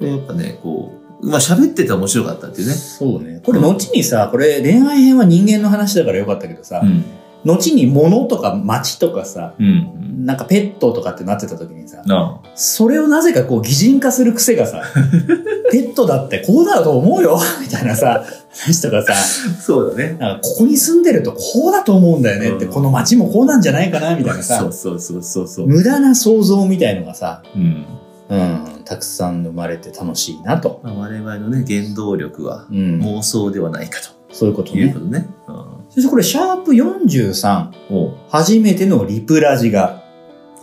S2: でやっぱね、こう、まあ喋ってたら面白かったっていうね。
S3: そうね。これ後にさ、これ恋愛編は人間の話だからよかったけどさ、
S2: ん。
S3: 後に物とか街とかさ、
S2: うん。
S3: なんかペットとかってなってた時にさ、
S2: な
S3: それをなぜかこう擬人化する癖
S2: <laughs>
S3: がさ、ペットだってこうだと思うよみたいなさ、話とかさ、
S2: あ。そうだね。
S3: なんかここに住んでるとこうだと思うんだよねって、
S2: うん
S3: この街もこうなんじゃないかなみたいな
S2: そ
S3: さ
S2: う、そうそうそうそう。
S3: 無駄な想像みたいのがさ、
S2: うん。
S3: うん、たくさん生まれて楽しいなと。
S2: まあ、我々のね、原動力は
S3: うん、
S2: 妄想ではないか
S3: そういうこと
S2: という
S3: ね
S2: こ。とね。うん。
S3: そしてこれ、シャープ43、
S2: おう
S3: 初めてのリプラジが、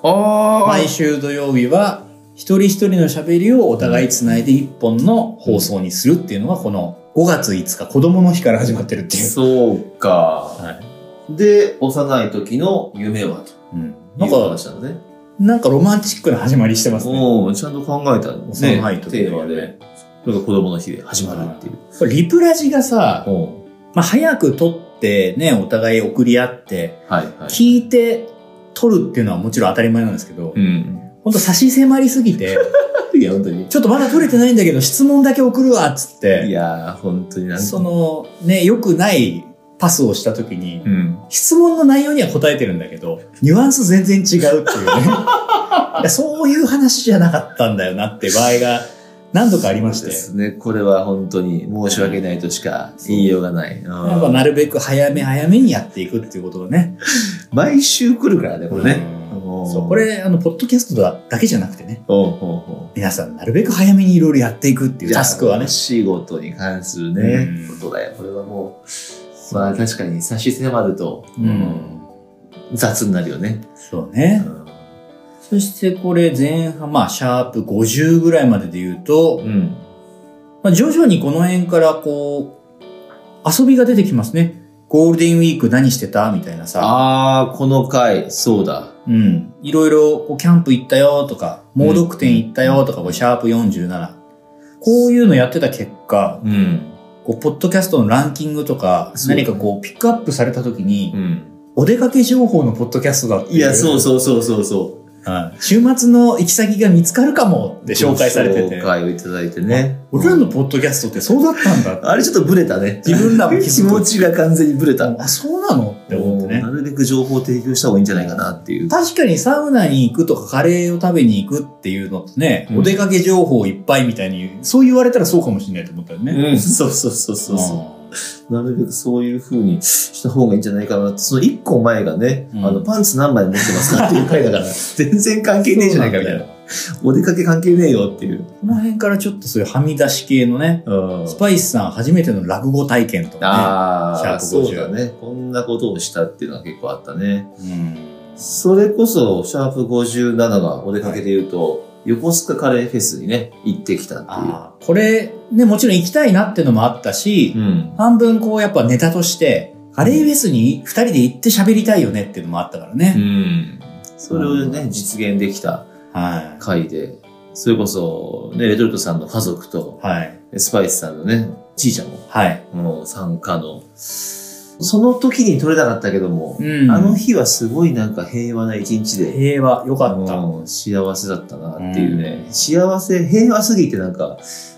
S2: あ
S3: 毎週土曜日は、一人一人の喋りをお互いつないで一本の放送にするっていうのが、この5月5日、子供の日から始まってるっていう。
S2: そうか。
S3: はい
S2: で、幼い時の夢はと
S3: うん、
S2: い
S3: な
S2: うん
S3: か、
S2: 話なんだね。
S3: なんかロマンチックな始まりしてますね。
S2: おうちゃんと考えたね。
S3: 幼い時の
S2: テ
S3: 夢
S2: ーマで。それが子供の日で始まるっていう。
S3: これリプラジがさ、
S2: おう
S3: まあ、早く撮ってね、お互い送り合って、
S2: はいはい。
S3: 聞いて撮るっていうのはもちろん当たり前なんですけど
S2: う、ん。
S3: ほんと差し迫りすぎ
S2: <laughs>
S3: て、
S2: いや、本当に。
S3: ちょっとまだ撮れてないんだけど質問だけ送るわっつっ
S2: い
S3: て、
S2: やー、本当になんか
S3: そ、のね、良くないパスをした時に
S2: う、ん。
S3: 質問の内容には答えてるんだけど、ニュアンス全
S2: <laughs>
S3: 然違うっていうね。いやそういう話じゃなかったんだよなって場合が何度かありまし
S2: そうで
S3: て。
S2: すね。これは本当に申し訳ないとしか言いようがない。うん
S3: やっぱなるべく早め早めにやっていくっていうことがね。
S2: 毎週来るからね、これね。
S3: うん
S2: おー
S3: そうこれ、あの、ポッドキャストだだけじゃなくてね、
S2: おうほうほ
S3: 皆さんなるべく早めにいろいろやっていくって
S2: う
S3: いうタスクはね。
S2: 仕事に関するね
S3: う、ん
S2: ことだよ。これはもう、まあ確かに差し迫ると、
S3: うん。
S2: 雑になるよね。
S3: そうね
S2: う。ん
S3: そしてこれ前半、まあ、シャープ50ぐらいまでで言うと
S2: う、ん。
S3: まあ、徐々にこの辺からこう、遊びが出てきますね。ゴールデンウィーク何してたみたいなさ。
S2: ああ、この回、そうだ。
S3: うん。いろいろ、こう、キャンプ行ったよとか、猛毒店行ったよとか、これ、シャープ47。こういうのやってた結果、
S2: うん。
S3: こう、ポッドキャストのランキングとか、
S2: そう
S3: 何かこう、ピックアップされた時に、
S2: うん。
S3: お出かけ情報のポッドキャストだってい
S2: いや、そう
S3: う。
S2: そうそうそうそう。
S3: はい週末の行き先が見つかるかもって紹介されてて
S2: 紹。介をいただいてね。
S3: 俺らのポッドキャストってそうだったんだって
S2: あれちょっとブレたね。
S3: 自分らも気
S2: 気
S3: づ
S2: 持
S3: く
S2: ちが完全にブレた。
S3: あ、そうなのって思ってね
S2: な。るべく情報を提供した方がいいんじゃないかなっていう。
S3: 確かにサウナに行くとかカレーを食べに行くっていうのってね、
S2: うん
S3: お出かけ情報いっぱいみたいに、そう言われたらそうかもしれないと思ったよね。
S2: うん、そうそうそうそうそ
S3: ん
S2: う。なるべくそういう風にした方がいいんじゃないかなって、その一個前がね、
S3: うん
S2: あの、パンツ何枚持ってますかっていう回だ <laughs> から、全然関係ねえじゃないかみたいな。お出かけ関係ねえよっていう。
S3: この辺からちょっとそういうはみ出し系のね、
S2: うん
S3: スパイスさん初めての落語体験とかシャ
S2: あ
S3: ー
S2: あ、
S3: プ50
S2: そうだね。こんなことをしたっていうのは結構あったね。
S3: ね。うん
S2: それこそ、シャープ57がお出かけで言うと、横須賀カレーフェスにね、行ってきたっていう。
S3: あーこれ、ね、もちろん行きたいなっていうのもあったし、
S2: うん。
S3: 半分こうやっぱネタとして、カレーフェスに二人で行って喋りたいよねっていうのもあったからね。
S2: うん。それをね、実現できた
S3: は
S2: 回で、それこそ、ね、レトルトさんの家族と、
S3: い。はい。
S2: スパイスさんのね、ちいちゃんも、
S3: はい。
S2: もう参加の、その時に撮れなかったけども、
S3: うん
S2: あの日はすごいなんか平和な一日で、
S3: 平和、良かった。
S2: うん幸せだったなっていうね、幸せ、平和すぎてなんか、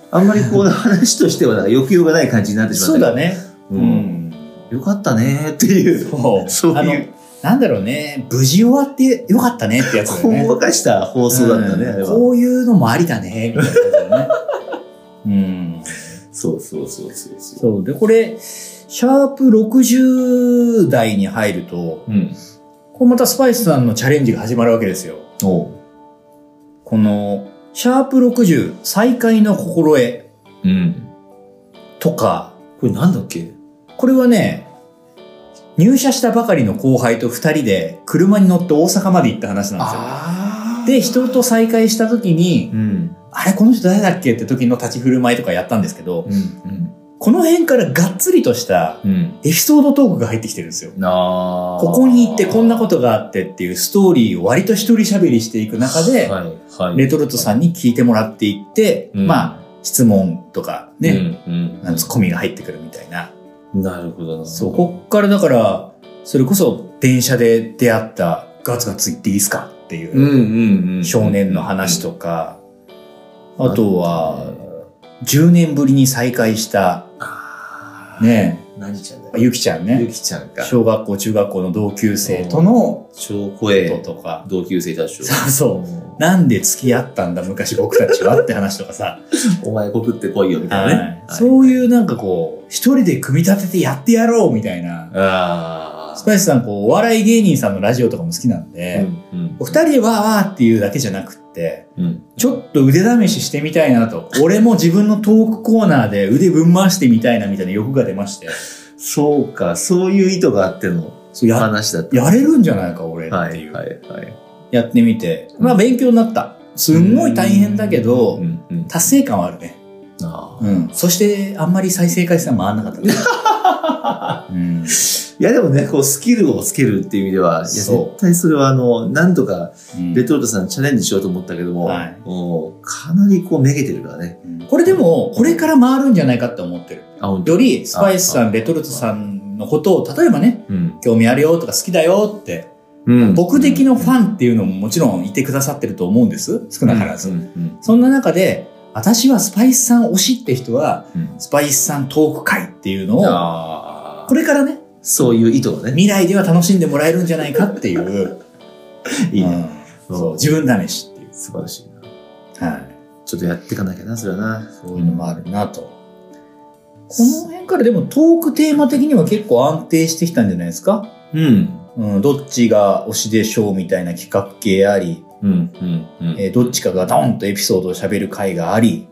S2: あんまり
S3: <laughs>
S2: こう話としてはなんか抑揚がない感じになってしま
S3: そ
S2: ったけ
S3: う
S2: ど。
S3: だね。
S2: う。
S3: うんん。
S2: よかったねっていう、
S3: そう。
S2: そう
S3: あの
S2: いう、
S3: なんだろうね。無事終わって良かったねってやつだよ
S2: ほ
S3: ね
S2: <laughs> ん。わかした放送だったね、あれ
S3: うん
S2: は。
S3: こういうのもありだね、みたいなことだよね。うん。
S2: そうそうそうそうそ
S3: そう。で、これ、シャープ60代に入ると、
S2: う。うん。
S3: これまたスパイスさんのチャレンジが始まるわけですよ。
S2: おう
S3: この、シャープ60、再会の心得
S2: うん。
S3: とか、
S2: これなんだっけ
S3: これはね、入社したばかりの後輩と二人で車に乗って大阪まで行った話なん
S2: あ
S3: ですよ。で、人と再会した時に、
S2: うん。
S3: あれこの人誰だっけって時の立ち振る舞いとかやったんですけど、
S2: うん。
S3: この辺からがっつりとした
S2: うん。
S3: エピソードトークが入ってきてるんですよ。
S2: な
S3: ここに行ってこんなことがあってっていうストーリーを割と一人喋りしていく中で、
S2: はい、はい。
S3: レトルトさんに聞いてもらっていって、
S2: うん
S3: まあ、質問とかね、
S2: うん。
S3: あのツッコミが入ってくるみたいな。
S2: うん。なるほどな。
S3: そう、こっからだから、それこそ電車で出会ったガツガツ言っていいですかっていううん
S2: うんうん。
S3: 少年の話とか、あと
S2: あったね
S3: は、10年ぶりに再会した、
S2: あー。
S3: ね、
S2: 何ちゃんだよ。
S3: ゆきちゃん
S2: ゆ
S3: ね、
S2: きちゃんか。
S3: 小学校、中学校の同級生との
S2: 超
S3: こ
S2: 声、
S3: ととか、
S2: 同級生たち
S3: <laughs>
S2: を。
S3: そうそう、なんで付き合ったんだ昔僕たちはって話とか
S2: <laughs>
S3: さ、
S2: お前告ってこいよ、みたいなね。
S3: はいそう
S2: う。
S3: いうなんかこう、一人で組み立ててやってやろうみたいな、
S2: あ
S3: ス
S2: あ。
S3: パイスさんこう、お笑い芸人さんのラジオとかも好きなんで、
S2: うん
S3: お二人でわーわーっていうだけじゃなくって、
S2: うん。うん。
S3: ちょっと腕試ししてみたいなと。俺も自分のトークコーナーで腕ぶん回してみたいなみたいな欲が出まして。
S2: そうか、そういう意図があっての
S3: そうや、
S2: 話だった。
S3: やれるんじゃないか俺
S2: は
S3: ってい
S2: い、
S3: う。
S2: はい、はい。
S3: やってみて。まあ勉強になった。すんごい大変だけど
S2: う、ん、うん。
S3: 達成感はあるね。
S2: あー
S3: うん。そして、あんまり再生回数は回んなかったね。う
S2: <laughs>
S3: ん。
S2: いやでもね、こうスキルをつけるっていう意味では、いや
S3: そう
S2: 絶対それはあの、何とか
S3: うん
S2: レトルトさんチャレンジしようと思ったけども、
S3: はい
S2: もうかなりこうめげてるからね。
S3: これでも、これから回るんじゃないかって思ってる。
S2: あ、本当
S3: より、スパイスさん、レトルトさんのことを、例えばね、
S2: うん。
S3: 興味あるよとか好きだよって、
S2: うん
S3: 僕的のファンっていうのももちろんいてくださってると思うんです。少なからず。
S2: うんうん
S3: そんな中で、私はスパイスさん推しって人は、
S2: うん
S3: スパイスさんトーク会っていうのを、
S2: あー
S3: これからね、
S2: そういう意図をね。
S3: 未来では楽しんでもらえるんじゃないかっていう、
S2: いいね。
S3: うんそう自分試しっていう。
S2: 素晴らしいな。
S3: はい。
S2: ちょっとやっていかなきゃな、それはな。
S3: そういうのもあるなと。この辺からでもトークテーマ的には結構安定してきたんじゃないですか
S2: うん。
S3: うん、どっちが推しでしょうみたいな企画系あり、
S2: うん、うん、うん。
S3: えーどっちかがドンとエピソードを喋る回があり、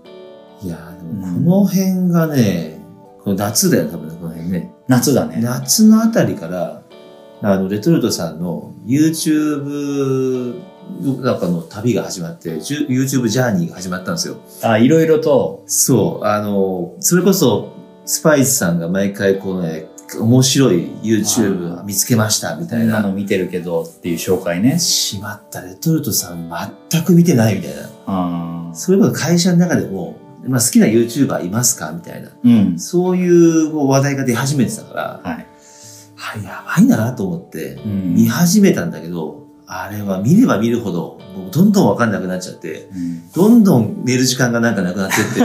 S2: いやーでもこの辺がね、この夏だよ、多分ねこの辺ね。
S3: 夏だね。
S2: 夏のあたりから、あの、レトルトさんの YouTube なんかの旅が始まって、じゅ YouTube ジャーニーが始まったんですよ。
S3: あ、いろいろと、
S2: そう、あの、それこそ、スパイスさんが毎回このね、面白い YouTube 見つけました、み
S3: み
S2: た
S3: ん
S2: い
S3: な
S2: な。
S3: の見てるけどっていう紹介ね。
S2: しまった、レトルトさん全く見てないみたいな。
S3: あー
S2: そういうこと会社の中でも、まあ好きな YouTuber いますかみたいな。
S3: うん。
S2: そういうこう話題が出始めてたから、
S3: はい。
S2: あれやばいなと思って
S3: う、
S2: 見
S3: ん。
S2: 始めたんだけど、あれは見れば見るほど、もうどんどんわかんなくなっちゃって、
S3: うん
S2: どんどん寝る時間がなんかなくなって <laughs> って、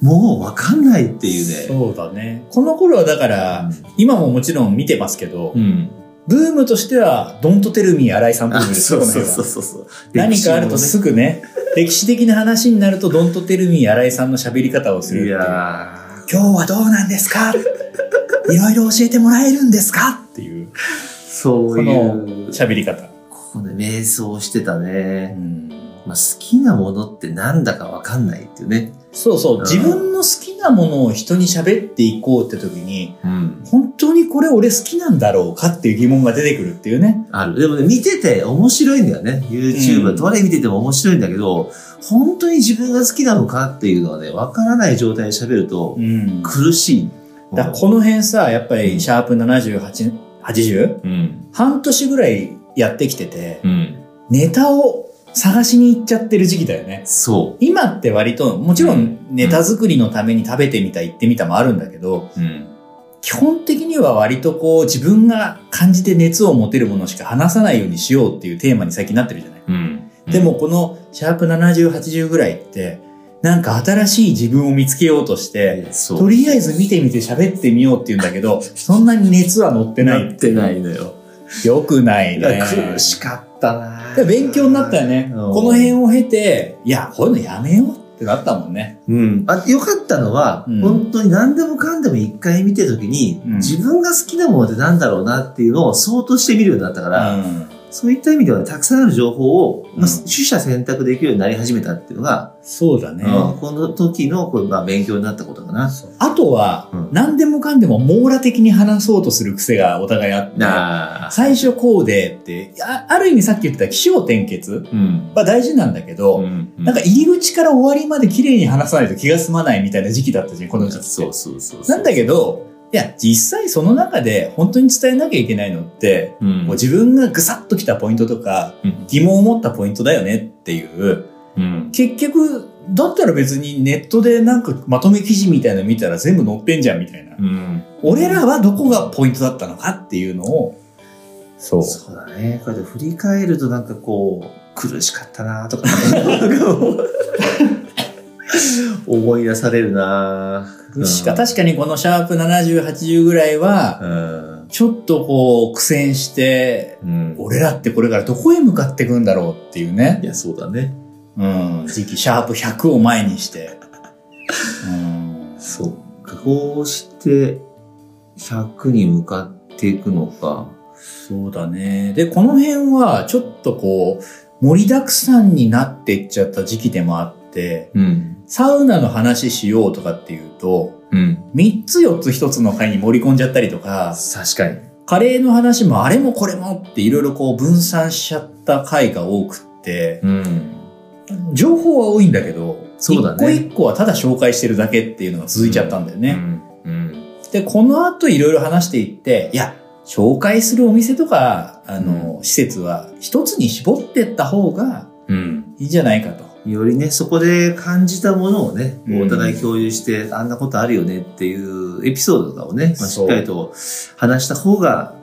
S2: もうわかんないっていうね。
S3: そうだね。この頃はだから、今ももちろん見てますけど、
S2: うん。
S3: ブームとしては、ドントテルミー新井さんブー
S2: あ、
S3: ムです
S2: そ
S3: よ
S2: う
S3: ね。
S2: そうそうそうそう。
S3: <laughs> 何かあると
S2: 歴史
S3: すぐね、歴史的な話になると、ドントテルミー新井さんの喋り方をす
S2: もね
S3: るって
S2: い
S3: いう。
S2: や
S3: 今日はどうなんです <laughs> かいろいろ教えてもらえるんですかっていう
S2: ーそういう、
S3: 喋り方。
S2: ここで瞑想してた
S3: う
S2: ね。
S3: ん
S2: まあ、好きなものってなんだかわかんないっていうね。
S3: そうそうう、
S2: ん
S3: 自分の好きなものを人に喋っていこうって時に、
S2: うん。
S3: 本当にこれ俺好きなんだろうかっていう疑問が出てくるっていうね。
S2: ある。でもね、見てて面白いんだよね。YouTube は
S3: うん
S2: どれ見てても面白いんだけど、本当に自分が好きなのかっていうのはね、わからない状態で喋ると
S3: うんだか
S2: 苦しい。
S3: らこの辺さ、やっぱり、シャープ78、80?
S2: うん。
S3: 半年ぐらいやってきてて、
S2: うん。
S3: ネタを探しに行っちゃってる時期だよね。
S2: そ
S3: 今って割と、もちろんネタ作りのために食べてみた、行ってみたもあるんだけど、
S2: う。うん。
S3: 基本的には割とこう自分が感じて熱を持てるものしか話さないようにしようっていうテーマに最近なってるじゃない。
S2: うん。
S3: でもこのシャープ70、80ぐらいって、なんか新しい自分を見つけようとして、
S2: そう。
S3: とりあえず見てみて喋ってみようって言うんだけど、そんなに熱は乗ってな
S2: なっ
S3: い。
S2: てないのよ。
S3: よくない
S2: いや
S3: ね。
S2: 苦しかったな
S3: 勉強になったよね。
S2: うん
S3: この辺を経て、いや、こういうのやめようってなったもんね。
S2: うん。あ、良かったのは、
S3: うん
S2: 本当に何でもかんでも一回見てるときに、
S3: うん
S2: 自分が好きなものってなんだろうなっていうのを相当して見るようになったから、
S3: うん
S2: そういった意味では、ね、たくさんある情報を、ま
S3: う
S2: あ、
S3: ん
S2: 取捨選択できるようになり始めたっていうのが、
S3: そうだね。
S2: うんこの時のこう、まあ、勉強になったことかな。
S3: あとは、
S2: うん
S3: 何でもかんでも網羅的に話そうとする癖がお互いあって、
S2: なあ。
S3: 最初こうでって、あある意味さっき言ってた起承転結
S2: うん。
S3: は大事なんだけど、なんか入り口から終わりまで綺麗に話さないと気が済まないみたいな時期だったじゃん、この時期って。
S2: そうそうそうそう。
S3: なんだけど、いや、実際その中で本当に伝えなきゃいけないのって、
S2: うん、
S3: もう自分がぐさっときたポイントとか、
S2: うん
S3: 疑問を持ったポイントだよねっていう、
S2: うん。
S3: 結局、だったら別にネットでなんかまとめ記事みたいなの見たら全部載ってんじゃんみたいな。
S2: うん。
S3: 俺らはどこがポイントだったのかっていうのを、そう
S2: そうだね。こうやって振り返るとなんかこう、苦しかったなとか、ね、なんかこう思い出されるな
S3: 苦しか確かにこのシャープ70、80ぐらいは、
S2: うん。
S3: ちょっとこう苦戦して、
S2: うん。
S3: 俺らってこれからどこへ向かっていくんだろうっていうね
S2: い。や、そうだね。
S3: うん、時期、シャープ100を前にして。うん、
S2: そうか。こうして、100に向かっていくのか。
S3: そうだね。で、この辺はちょっとこう、盛りだくさんになっていっちゃった時期でもあって、
S2: うん。
S3: サウナの話しようとかっていうと、
S2: うん。
S3: 3つ4つ1つの回に盛り込んじゃったりとか、
S2: 確かに。
S3: カレーの話もあれもこれもっていろいろこう分散しちゃった回が多くって、
S2: うん。
S3: 情報は多いんだけど、
S2: そうだね
S3: 一個一個はただ紹介してるだけっていうのが続いちゃったんだよね。
S2: うん。
S3: で、この後いろいろ話していって、いや、紹介するお店とか、あの、施設は一つに絞ってった方が
S2: うん。
S3: いいんじゃないかと。
S2: よりね、そこで感じたものをね、
S3: うん
S2: お互い共有して、あんなことあるよねっていうエピソードとかをね、まあ、し
S3: そう
S2: っかりと話した方が、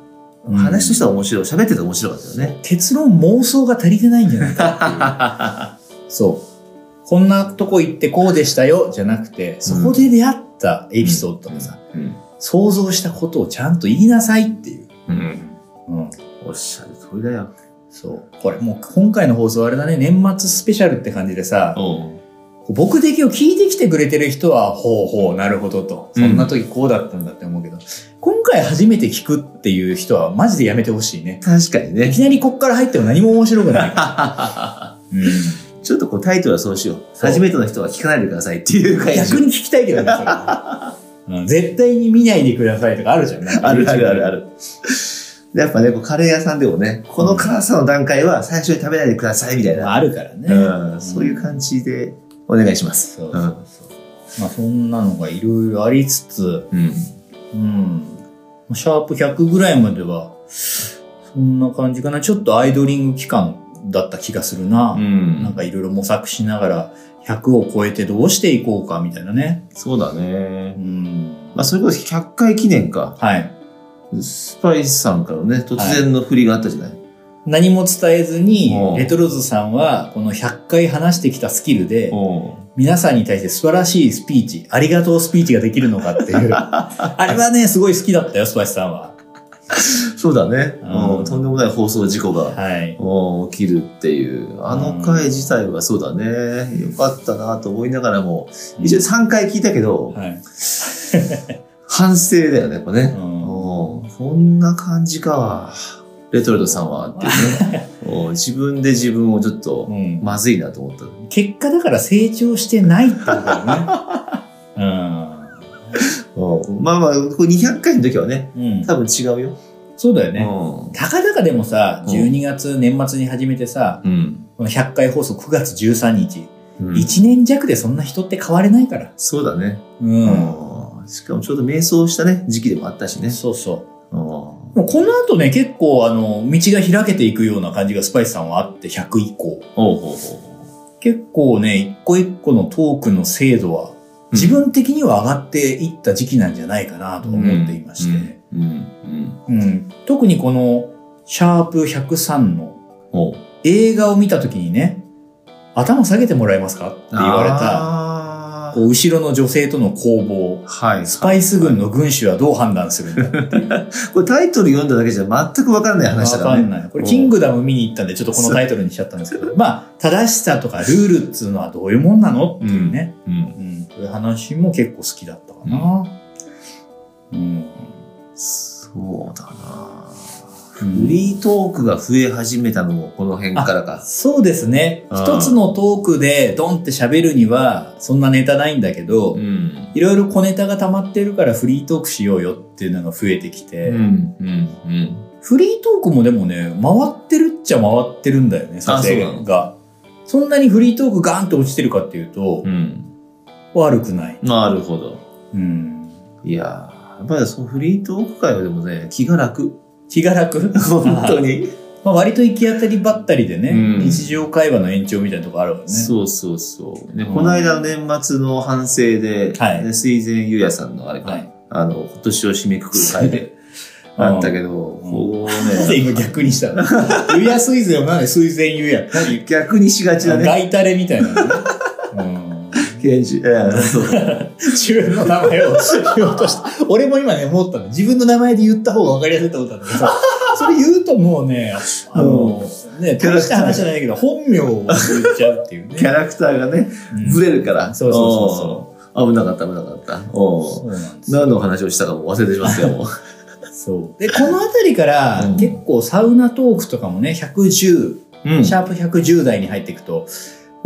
S3: うん
S2: 話としては面白い。喋ってて面白かったよね。
S3: 結論妄想が足りてないんじゃないかっていう。 <laughs> そう。こんなとこ行ってこうでしたよ、じゃなくて、そこで出会ったエピソードとかさ、
S2: うん。
S3: 想像したことをちゃんと言いなさいっていう。
S2: うん。
S3: うん。
S2: おっしゃる通りだよ。
S3: そう。これもう今回の放送あれだね、年末スペシャルって感じでさ、
S2: おう
S3: 僕的を聞いてきてくれてる人は、ほうほう、なるほどと。そんな時こうだったんだって思うけど、今回初めて聞くっていう人はマジでやめてほしいね。
S2: 確かに
S3: い
S2: ね。
S3: きなりこっから入っても何も面白く
S2: <laughs>
S3: ないから。うん
S2: ちょっとこうタイトルはそうしよう。
S3: そう
S2: 初めての人は聞かないでくださいっていう感じ
S3: 逆。に聞きたいけどね、それうん絶対に見ないでくださいとかあるじゃん。なんか
S2: あるあるあるあ
S3: YouTube
S2: る。やっぱね、こうカレー屋さんでもね、この辛さの段階は最初に食べないでくださいみたい
S3: で。
S2: な。
S3: あるからね。
S2: うん、そういう感じでお願いします。
S3: そうそうそう。まあそんなのがいろいろありつつ、
S2: うん。
S3: うん。シャープ100ぐらいまでは、そんな感じかな。ちょっとアイドリング期間だった気がするな。
S2: ん
S3: なんかいろいろ模索しながら、100を超えてどうしていこうかみたいなね。
S2: そうだ
S3: う
S2: ね。
S3: ん。
S2: まあ、それこそ100回記念か。
S3: はい。
S2: スパイスさんからね、突然の振りがあったじゃない。
S3: 何も伝えずに
S2: うん、
S3: レトロズさんは、この100回話してきたスキルで、
S2: お
S3: 皆さんに対して素晴らしいスピーチ、ありがとうスピーチができるのかって
S2: <laughs>
S3: いう。あれはね、すごい好きだったよ、スパイスさんは。
S2: そうだね、
S3: うん
S2: うんとんでもない放送事故が、
S3: はい。
S2: うん起きるっていう。あの回自体はそうだね。よかったなと思いながらも、一応3回聞いたけど、
S3: はい。
S2: 反省だよね、やっぱね。
S3: うん
S2: おこんな感じか。レトルトさんはってい
S3: <laughs>
S2: うね。お自分で自分をちょっと
S3: うん
S2: まずいなと思った。
S3: 結果だから成長してないってことだ
S2: <laughs>
S3: ね。
S2: おまあまあ、これ200回の時はね、
S3: うん。うん。
S2: 多分違うよ。
S3: そうだよね。
S2: ね。
S3: たかだかでもさ、
S2: うん
S3: 12月年末に始めてさ、
S2: うん。
S3: この100回放送9月13日。
S2: うん
S3: 1年弱でそんな人って変われないから。
S2: そうだね。
S3: うん。
S2: うんしかもちょうど瞑想したね、時期でもあったしね。
S3: そうそう。
S2: うん
S3: でもこの後ね、結構あの、道が開けていくような感じがスパイスさんはあって、100以降。
S2: おうほうほ
S3: 結構ね、一個一個のトークの精度は、自分的には上がっていった時期なんじゃないかなと思っていまして。
S2: う。うん。うん。
S3: うん特にこの、シャープ103の
S2: おう
S3: 映画を見た時にね、頭下げてもらえますかって言われた、
S2: あー
S3: こう後ろの女性との攻防。
S2: はい。
S3: スパイス軍の軍師はどう判断するんだ
S2: これタイトル読んだだけじゃ全くわからない話だ
S3: わ
S2: から
S3: かん
S2: ね。
S3: ない。これ、キングダム見に行ったんで、ちょっとこのタイトルにしちゃったんですけど、まあ、正しさとかルールっつうのはどういうもんなのっていうね。
S2: うん。
S3: うん。こういう話も結構好きだったかな。うん。
S2: そうだな
S3: う
S2: フ
S3: ん、
S2: リートークが増え始めたのもこの辺からか。
S3: そうですね。
S2: うん
S3: 一つのトークでドンって喋るには、そんなネタないんだけど、
S2: ん。
S3: いろいろ小ネタが溜まってるからフリートークしようよっていうのが増えてきて、
S2: うん。うん。
S3: フリートークもでもね、回ってるっちゃ回ってるんだよね、撮
S2: そうな
S3: 影
S2: の
S3: が。そんなにフリートークガーンと落ちてるかっていうと、
S2: うん。
S3: 悪くない。
S2: なるほど。
S3: うん。
S2: いやーやっぱりそのフリートーク会はでもね、気が
S3: <laughs>
S2: 楽。
S3: 気が楽
S2: <laughs> 本当に。
S3: <laughs> まあ割と行き当たりばったりでね、
S2: うん
S3: 日常会話の延長みたいなとこあるわね。
S2: そうそうそう。ね、
S3: うん
S2: この間の年末の反省で、
S3: はい
S2: ね水前優也さんのあれか、
S3: はい。
S2: あの、今年を締めくくる会であったけど、
S3: うん
S2: こ
S3: なん
S2: う
S3: で
S2: ね、
S3: 今逆にしたの <laughs> 湯や水前はなんで水前湯やって何
S2: 逆にしがちだね。
S3: ガイタレみたいなのね。うん
S2: ケンジ、ええそう。
S3: 自分の名前を言おうとした。俺も今ね、思ったの。自分の名前で言った方が分かりやすいと思ったんだけど、それ言うともうね、あの、ね、大した話じゃないけど、本名を言っちゃうっていうね。
S2: キ <laughs> ャラクターがね、
S3: うん
S2: ブレるから。
S3: そうそうそうそう
S2: おう危なかった、危なかった。おう
S3: そうなんですよ
S2: 何の話をしたかも忘れてしまったよ、もう。
S3: そう。で、このあたりから
S2: うん、
S3: 結構サウナトークとかもね、110、
S2: う
S3: シャープ110台に入っていくと、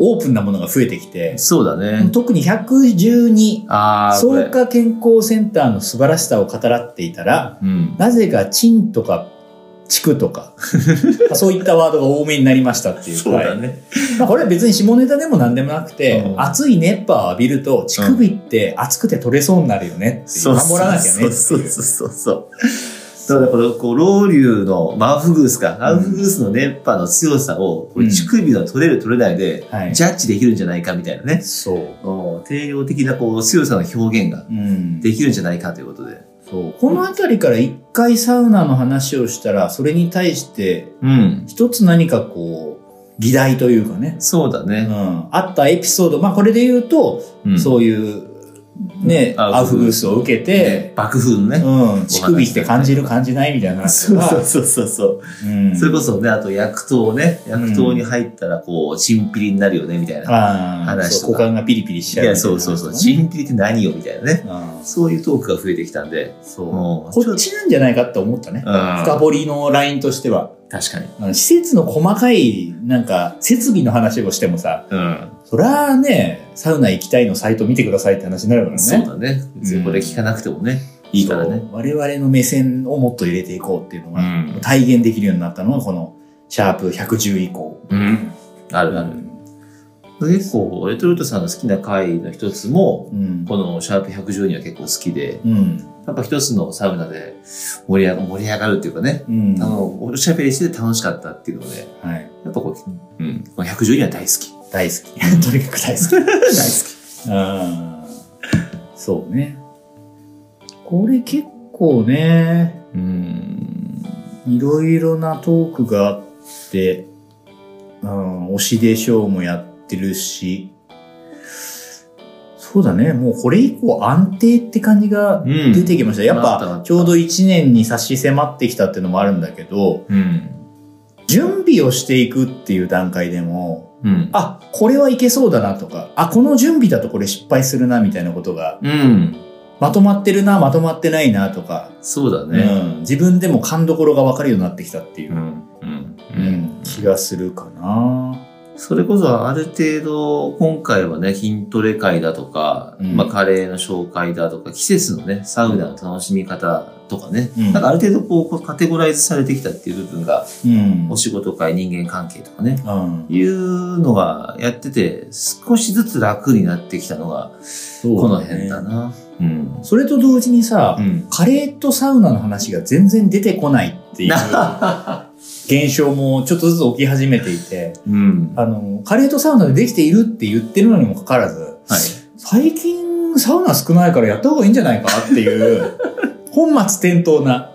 S3: オープンなものが増えてきて、
S2: そうだね。
S3: 特に112、
S2: ああ、こ
S3: 草
S2: れ。
S3: 加健康センターの素晴らしさを語らっていたら、
S2: うん。
S3: なぜか、チンとか、地区と
S2: <laughs>
S3: か、そういったワードが多めになりましたっていう。
S2: ね。
S3: まあこれは別に下ネタでも何でもなくて、
S2: うん
S3: 熱い熱波を浴びると、乳首って熱くて取れそうになるよねっていう。
S2: そう
S3: 守らなきゃねってい
S2: そう
S3: う。
S2: そうそうそう。だからこの、こう、ロウリュウの、マンフグースか、マンフグースの熱波の強さを、こ
S3: う
S2: うん乳首の取れる取れないで、
S3: はい。
S2: ジャッジできるんじゃないかみたいなね。
S3: そう。
S2: お定量的な、こう、強さの表現が
S3: うん。
S2: できるんじゃないかということで。
S3: そう。このあたりから一回サウナの話をしたら、それに対して、
S2: うん。
S3: 一つ何かこう、議題というかね。
S2: そうだ
S3: う
S2: ね。
S3: ん。あったエピソード。まあこれで言うと、
S2: うん
S3: そういうね、
S2: ア
S3: ア
S2: ウ
S3: ウ
S2: フ
S3: フ
S2: グ
S3: グ
S2: ー
S3: ー
S2: ス
S3: スを受けて、
S2: 爆風のね。
S3: うん、乳首って感じる感じないみたいな話
S2: そう
S3: が。
S2: そうそうそうそう。
S3: うん。
S2: それこそね、あと薬湯ね、薬湯に入ったらこう、チンピリになるよね、みたいな。
S3: ああ、
S2: 話
S3: そ
S2: とか
S3: う股間がピリピリし
S2: い
S3: ちゃうみた
S2: や、
S3: いな。
S2: そうそうそう。チンピリって何よ、みたいなね。
S3: うん
S2: そういうトークが増えてきたんで。
S3: そう。
S2: もう
S3: こっちなんじゃないかって思ったね。
S2: うん
S3: 深掘りのラインとしては。
S2: 確かに。
S3: あの施設の細かい、なんか、設備の話をしてもさ、
S2: うん。
S3: そりゃあね、サウナ行きたいのサイト見てくださいって話になるからね。
S2: そうだね。別にこれ聞かなくてもね、いいから
S3: そ
S2: ね。
S3: う我々の目線をもっと入れていこうっていうの
S2: う
S3: が、
S2: ん。
S3: 体現できるようになったのが、この、シャープ110以降。
S2: うん。あるあ
S3: う
S2: る。
S3: ん
S2: 結構、レトルトさんが好きな回の一つも、
S3: うん。
S2: このシャープ110には結構好きで、
S3: うん。
S2: やっぱ一つのサウナで盛り上が盛り上がるっていうかね、
S3: うん。
S2: あの、おしゃべりしてて楽しかったっていうので、
S3: はい。
S2: やっぱこう、うん、この110には大好き。
S3: 大好き。 <laughs> とにかく大好
S2: <laughs>
S3: き。大好き。あーそうね。これ結構ね、
S2: うん。
S3: いろいろなトークがあって、うん、推しでしょうもやってるし、そうだね、もうこれ以降安定って感じが
S2: うん
S3: 出てきました。やっ
S2: あったあっ
S3: ぱ
S2: た
S3: ちょうど1年に差し迫ってきたっていうのもあるんだけど、
S2: うん。
S3: 準備をしていくっていう段階でも、
S2: うん。
S3: あ、これはいけそうだなとか、あ、この準備だとこれ失敗するなみたいなことが、
S2: うん。
S3: まとまってるな、まとまってないなとか、
S2: そうだね。
S3: うん、自分でも勘どころが分かるようになってきたっていう。
S2: ん。うん。
S3: う
S2: うん
S3: ん、気がするかな。
S2: それこそある程度、今回はね、筋トレ会だとか、
S3: うん
S2: まあカレーの紹介だとか、季節のね、サウナの楽しみ方とかね、
S3: うん
S2: なんかある程度こうこうカテゴライズされてきたっていう部分が、
S3: うん
S2: お仕事会、人間関係とかね、
S3: うん、
S2: いうのがやってて、少しずつ楽になってきたのが、こ
S3: そう
S2: の
S3: ね
S2: 辺だ。な。うん。
S3: それと同時にさ、
S2: うん。
S3: カレーとサウナの話が全然出てこないっていう現象もちょっとずつ起き始めていて、
S2: うん。
S3: あの、カレーとサウナでできているって言ってるのにもかかわらず、
S2: はい。
S3: 最近サウナ少ないからやった方がいいんじゃないかって
S2: <laughs>
S3: いう、本末転倒な。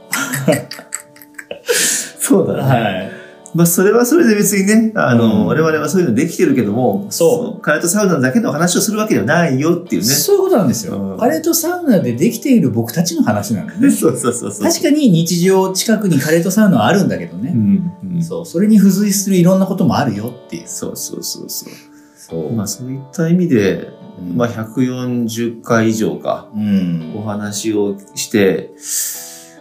S2: そうだね。
S3: はい。
S2: まあ、それはそれで別にね、あの、
S3: うん
S2: 我々はそういうのできてるけども、
S3: そう
S2: う。カレーとサウナだけの話をするわけではないよっていうね。
S3: そういうことなんですよ。
S2: うん
S3: カレーとサウナでできている僕たちの話なんだよね。
S2: そうそうそうそう。
S3: 確かに日常近くにカレーとサウナはあるんだけどね、
S2: うん。うん。そう
S3: そうそれに付随するいろんなこともあるよっていう
S2: そうそうそう。
S3: そう
S2: まあ、そういった意味で、
S3: うん
S2: まあ、140回以上か、
S3: うん
S2: お話をして、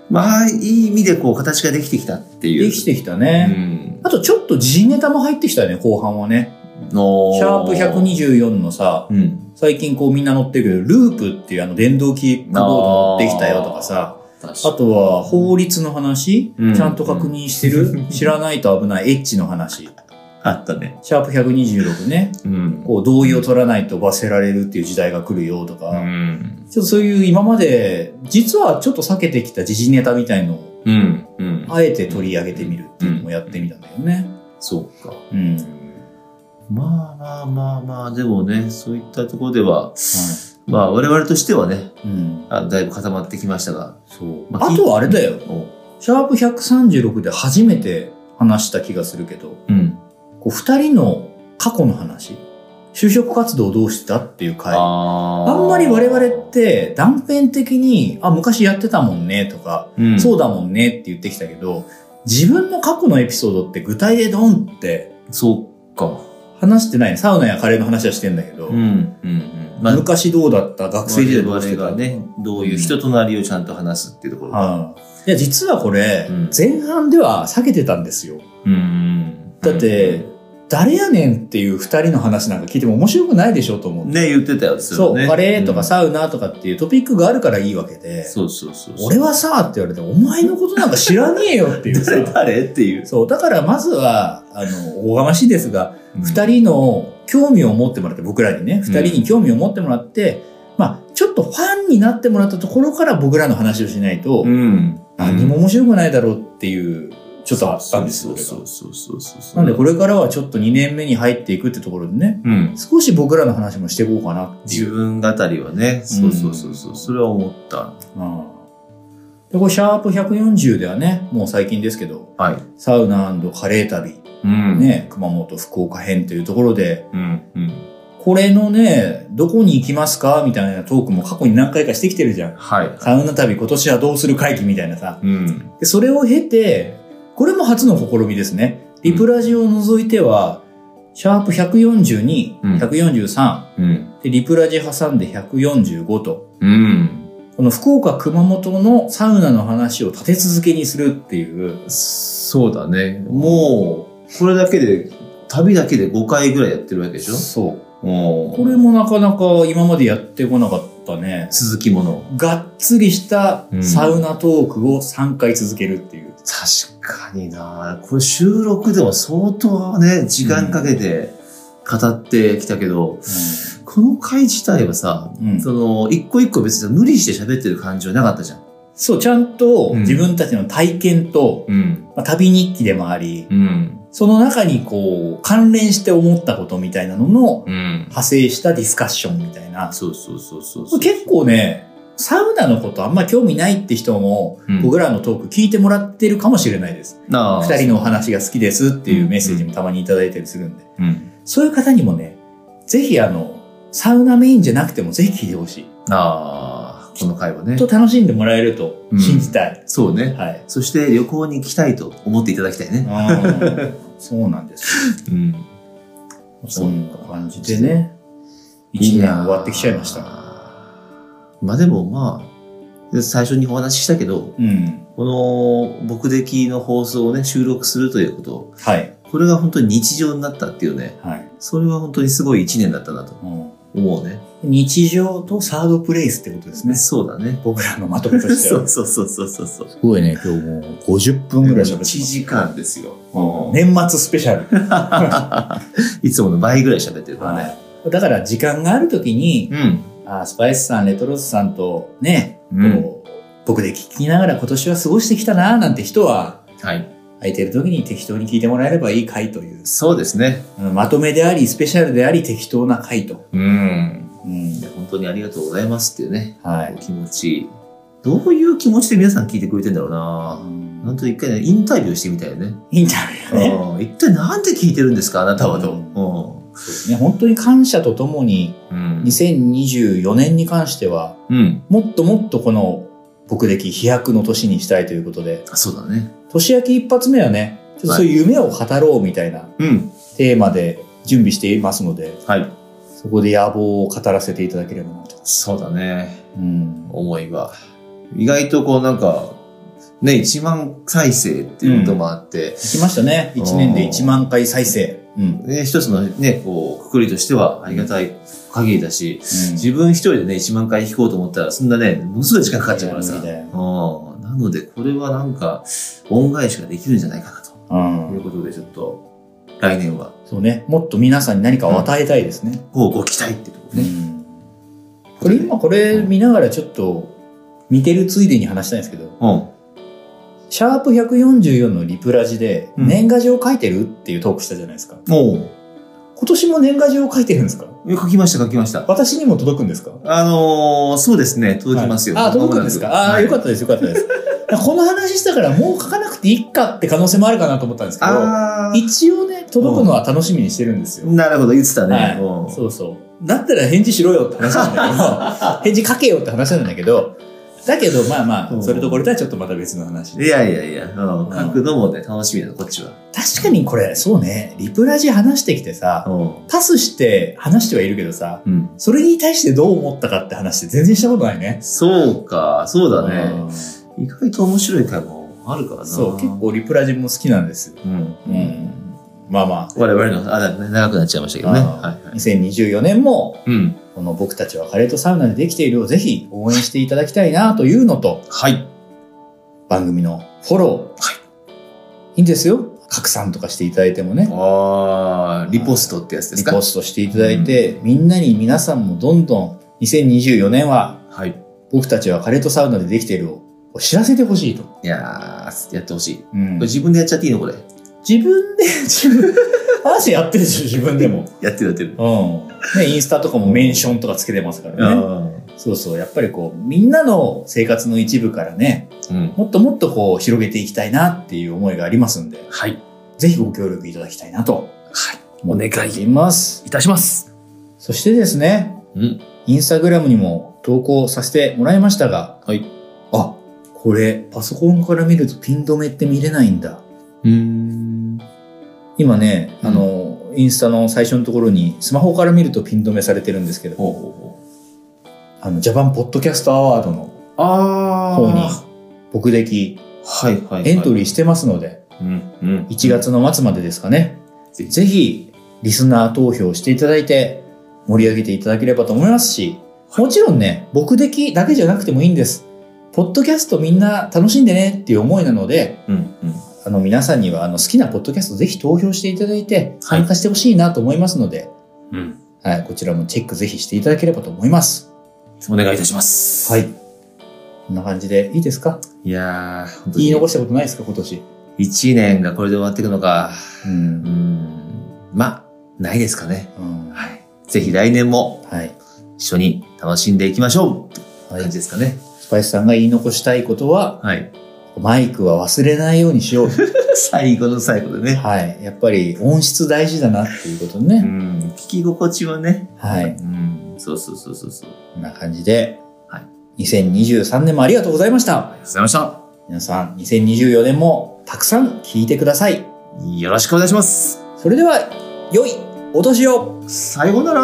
S2: まあ、いい意味でこう、形ができてきたっていう。
S3: できてきた
S2: う
S3: ね、
S2: ん。
S3: あとちょっと時事ネタも入ってきたよね後半はね
S2: の
S3: シャープ。124のさ
S2: うん。
S3: 最近こうみんな乗ってるけどループっていうあの電動キックボード乗ってきたよとかさ
S2: 確
S3: あ
S2: か
S3: とは法律の話、
S2: うん
S3: ちゃんと確認してる、
S2: <laughs>
S3: 知らないと危ないエッチの話
S2: あったね。
S3: シャープ126ね
S2: うん。
S3: こう同意を取らないと罰せられるっていう時代が来るよとか、
S2: うん。
S3: ちょっとそういう今まで、実はちょっと避けてきた時事ネタみたいのを、
S2: うん。うん。
S3: あえて取り上げてみるっていうのもやってみたんだよね。
S2: そうか。
S3: うん。
S2: まあまあまあまあ、でもね、そういったところでは、まあ我々としてはね、
S3: うん。
S2: あだいぶ固まってきましたが、
S3: そう。
S2: まあ
S3: あとはあれだよ。
S2: お
S3: シャープ136で初めて話した気がするけど、
S2: うん。
S3: こう二人の過去の話、就職活動どうしてたっていう回。
S2: あ、
S3: あんまり我々ってて断片的に、あ、昔やってたもんねとか、
S2: うん、
S3: そううだもんねって言ってきたけど、自分の過去のエピソードって具体でドンって
S2: そうか。
S3: 話してないねサウナやカレーの話はしてんだけど、
S2: ん。うん。うん。まあ、
S3: 昔どうだった学生時代どう
S2: 我
S3: して
S2: 々
S3: た
S2: がね、どういう人となりをちゃんと話すっていうところ。
S3: ああいや実はこれ、
S2: うん
S3: 前半では避けてたんですよ
S2: うん。
S3: だって、誰やねんっていう二人の話なんか聞いても面白くないでしょうと思って、
S2: ね、言ってたやつ
S3: そうカレーとか、
S2: れはね
S3: サウナとかっていうトピックがあるからいいわけで
S2: うん、そうそうそうそう。
S3: 俺はさって言われてお前のことなんか知らねえよって
S2: <laughs>
S3: いう
S2: 誰
S3: さ
S2: 誰っていう。
S3: そうだからまずはあのおこがましいですが二人の興味を持ってもらって、僕らにね、二人に興味を持ってもらって、まあ、ちょっとファンになってもらったところから僕らの話をしないと
S2: う、ん。
S3: 何も面白くないだろうっていう、ちょっとあったんです
S2: そ
S3: よ、
S2: う
S3: それ
S2: そ
S3: が
S2: うそうそうそう。
S3: なんでこれからはちょっと2年目に入っていくってところでね、
S2: うん。
S3: 少し僕らの話もしていこうかなってい
S2: 自
S3: う。
S2: 分語りはね、そうそうそうそう、それは思った。
S3: うんで、これ、シャープ140ではね、もう最近ですけど、
S2: はい。
S3: サウナカレー旅、
S2: うん
S3: ね、熊本、福岡編というところで、
S2: うん。うん。
S3: これのね、どこに行きますかみたいなトークも過去に何回かしてきてるじゃん。
S4: はい。
S3: サウナ旅今年はどうする会議みたいなさ。
S4: うん。
S3: でそれを経て、これも初の試みですね。リプラジを除いては、シャープ142、
S4: うん
S3: 143、
S4: うん。
S3: でリプラジ挟んで145と、
S4: うん。
S3: この福岡、熊本のサウナの話を立て続けにするっていう、
S4: そうだね。
S2: もう、これだけで、旅だけで5回ぐらいやってるわけでしょ
S3: そう。
S2: も
S3: これもなかなか今までやってこなかったね。
S2: 続きもの。
S3: がっつりしたサウナトークを3回続けるっていう。
S2: 確かになこれ収録でも相当ね、時間かけて語ってきたけど、この回自体はさ、
S3: うん
S2: その、一個一個別に無理して喋ってる感じはなかったじゃん。
S3: そう、ちゃんと
S4: うん
S3: 自分たちの体験と、
S4: うん。
S3: まあ旅日記でもあり、
S4: うん。
S3: その中にこう、関連して思ったことみたいなのの
S4: うん。
S3: 派生したディスカッションみたいな。
S2: そうそうそうそう
S3: 結構ね、サウナのことあんま興味ないって人も、僕らのトーク聞いてもらってるかもしれないです。
S2: なあ
S3: 二人のお話が好きですっていうメッセージもたまにいただいたりするんで。
S4: うん。
S3: そういう方にもね、ぜひあの、サウナメインじゃなくてもぜひ聞いてほしい。
S2: ああ、この回はね
S3: きっ。と楽しんでもらえると
S4: うん
S3: 信じたい。
S2: そうね。
S3: はい。
S2: そして旅行に行きたいと思っていただきたいね。
S3: <laughs> そうなんです。
S4: うん。
S3: そんな感じでね、一年終わってきちゃいました。
S2: た。まあでもまあ、最初にお話ししたけど、
S3: うん。
S2: この、僕的の放送をね、収録するということ、
S3: はい。
S2: これが本当に日常になったっていうね、
S3: はい。
S2: それは本当にすごい一年だったなと
S3: うん
S2: 思うね。
S3: 日常とサードプレイスってこと <laughs> ですね。
S2: そうだね。
S3: 僕らのまとめとして
S2: <laughs> そ
S3: は。
S2: うそうそうそうそうそう。
S3: すごいね、今日もう50分ぐらい喋ってま
S2: 1
S3: す。
S2: 時間ですよ。
S3: 年末スペシャル。
S2: いつもの倍ぐらい喋ってるからね。
S3: だから時間があるときに、
S4: うん。
S3: あスパイスさん、レトロスさんとね、
S4: うん。
S3: こう僕で聞きながら今年は過ごしてきたなーなんて人は、
S2: はい。
S3: 空いてる時に適当に聞いてもらえればいい回という、
S2: そうですね。
S3: うんまとめであり、スペシャルであり、適当な回と。
S4: うん。
S3: うん
S2: 本当にありがとうございますっていうね、
S3: は
S2: お。気持ち。どういう気持ちで皆さん聞いてくれてんだろうな。本当一回ね、インタビューしてみたいよね。
S3: インタビューね。
S2: うん一体なんで聞いてるんですか、あなたはと。
S3: う
S2: うんん
S3: ね本当に感謝とともに、
S4: うん。
S3: 2024年に関しては、
S4: うん。
S3: もっともっとこの、僕的飛躍の年にしたいということで、
S2: そうだね。
S3: 年明け一発目はね、ちょっとそういう夢を語ろうみたいな
S4: うん。
S3: テーマで準備していますので、
S2: はい。
S3: そこで野望を語らせていただければなと。
S2: そうだね。
S3: うん
S2: 思いは。意外とこうなんか、ね、1万再生っていうこともあって、
S3: 聞きましたね。1年で1万回再生。うん。
S2: ね一つのね、こう、くくりとしてはありがたい限りだし、自分一人でね、1万回弾こうと思ったら、そんなね、ものすごい時間かかっちゃうからさ。
S3: いや無理だよ
S2: うんなので、これはなんか、恩返しができるんじゃないかなと
S3: うん
S2: いうことで、ちょっと、来年は、
S3: そうね。もっと皆さんに何かを与えたいですね。
S2: こうご期待ってとこね。
S3: うんこれ今これ見ながらちょっと見てるついでに話したいんですけど、
S2: うん。
S3: シャープ144のリプラジで
S2: うん
S3: 年賀状書いてるっていうトークしたじゃないですか。
S2: も
S3: 今年も年賀状書いてるんですか
S2: う、書きました、書きました。
S3: 私にも届くんですか
S2: あのー、そうですね、届きますよ。
S3: はいあ、届くんですかああー、よか
S2: っ
S3: ったです、よかったです。 <laughs> この話したからもう書かなくていいかって可能性もあるかなと思ったんですけど、
S2: ああー、
S3: 一応ね、届くのは楽しみにしてるんですよ。
S2: なるほど、言ってた
S3: は
S2: ね。
S3: い
S2: うん
S3: そうそう。だったら返事しろよって話なんだ
S2: <laughs>
S3: けど、返事書けよって話なんだけど、だけどまあま
S2: う
S3: あ、
S2: ん
S3: それとこれとはちょっとまた別の話
S2: い
S3: で。
S2: やいやいや、うん
S3: うん
S2: 書くのもね、楽しみだ、こっちは。
S3: 確かにこれ、そうね、リプラジ話してきてさ、
S2: う
S3: パスして話してはいるけどさ、
S2: ん。うん。
S3: それに対してどう思ったかって話って全然したことないね。
S2: そうか、そうだね。
S3: うん
S2: 意外と面白い回もあるからな。
S3: そう、結構リプラジも好きなんです。
S2: うん。
S3: うん。まあまあ、
S2: 我々の、あ、だね長くなっちゃいましたけどね。
S3: あ
S2: はい
S3: ー
S2: はい。
S3: 2024年も、
S4: うん。
S3: この僕たちはカレーとサウナでできているをぜひ応援していただきたいなというのと、
S2: はい。
S3: 番組のフォロー。い。いんですよ。拡散とかしていただいてもね。
S2: あーリポストってやつ
S3: リ
S2: ですか
S3: ポストしていただいて、みんなに皆さんもどんどん2024年は
S2: はい。
S3: 僕たちはカレーとサウナでできているを知らせてほしいと。
S2: いやー、やってほしい。こ
S3: うん
S2: れ自分でやっちゃっていいのこれ。
S3: 自分で、自分、話やってるでしょ、自分でも。
S2: やってるやってる。
S3: うん。ね、インスタとかもメンションとかつけてますからね。
S2: う
S3: そうそう。やっぱりこう、みんなの生活の一部からね、
S2: ん。
S3: もっともっとこう、広げていきたいなっていう思いがありますんで。
S4: はい。
S3: ぜひご協力いただきたいなと。。
S4: はい
S3: お願いします。
S4: いたします。
S3: そしてですね、
S4: うん
S3: インスタグラムにも投稿させてもらいましたが、
S4: はい
S3: あ、これ、パソコンから見るとピン止めって見れないんだ。
S4: うん。
S3: 今ね、
S4: うん
S3: あの、インスタの最初のところに、スマホから見るとピン止めされてるんですけど、
S4: ほうほうほう。
S3: あの、ジャパンポッドキャストアワードの
S4: あ
S3: 方に、僕的
S2: はいはい、はい。
S3: エントリーしてますので、
S4: うんうん。
S3: 1月の末までですかね。
S2: ぜひ
S3: ぜひ、リスナー投票していただいて、盛り上げていただければと思いますし、もちろんね、僕的だけじゃなくてもいいんです。ポッドキャストみんな楽しんでねっていう思いなので、
S4: うんうん。
S3: あの皆さんにはあの好きなポッドキャストぜひ投票していただいて、
S4: はい
S3: 参加してほしいなと思いますので、
S4: うん
S3: はい、こちらもチェックぜひしていただければと思います。
S4: お願いいたします。
S3: はい。こんな感じでいいですか
S2: いやー、本当
S3: 言い
S2: に
S3: 残したことないですか今年。
S2: 1年がこれで終わっていくのか。
S3: う。
S2: うんーん。まあ、ないですかね。
S3: うん
S2: はい。ぜひ来年も
S3: はい。
S2: 一緒に楽しんでいきましょうって
S3: はい
S2: 感じですかね。
S3: スパイスさんが言い残したいことは、
S2: <laughs> はい。
S3: マイクは忘れないようにしよう。
S2: 最後の最後でね。
S3: はい。やっぱり音質大事だなっていうこと
S2: う
S3: ね。
S2: ん。聞き心地はね。
S3: はい。
S2: うん。そうそうそうそうそう。ありがと
S3: こんな感じで、
S2: は
S3: 2023年もありがとうございました。
S2: うございました。
S3: 皆さん、2024年もたくさん聞いてください。
S2: よろしくお願いします。
S3: それでは、良いお年を
S2: さようなら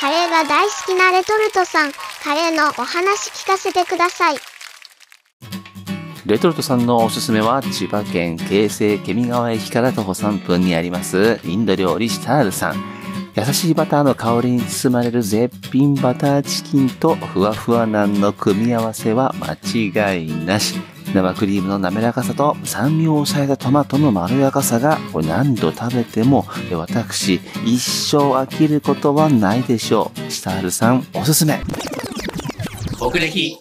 S5: カレーが大好きなレトルトさん、カレーのお話聞かせてください。
S6: レトルトさんのおすすめは千葉県京成ケミ川駅から徒歩3分にありますインド料理シタールさん。優しいバターの香りに包まれる絶品バターチキンとふわふわなんの組み合わせは間違いなし。生クリームの滑らかさと酸味を抑えたトマトのまろやかさがこれ何度食べても私一生飽きることはないでしょう。シタールさんおすすめ。
S1: 国歴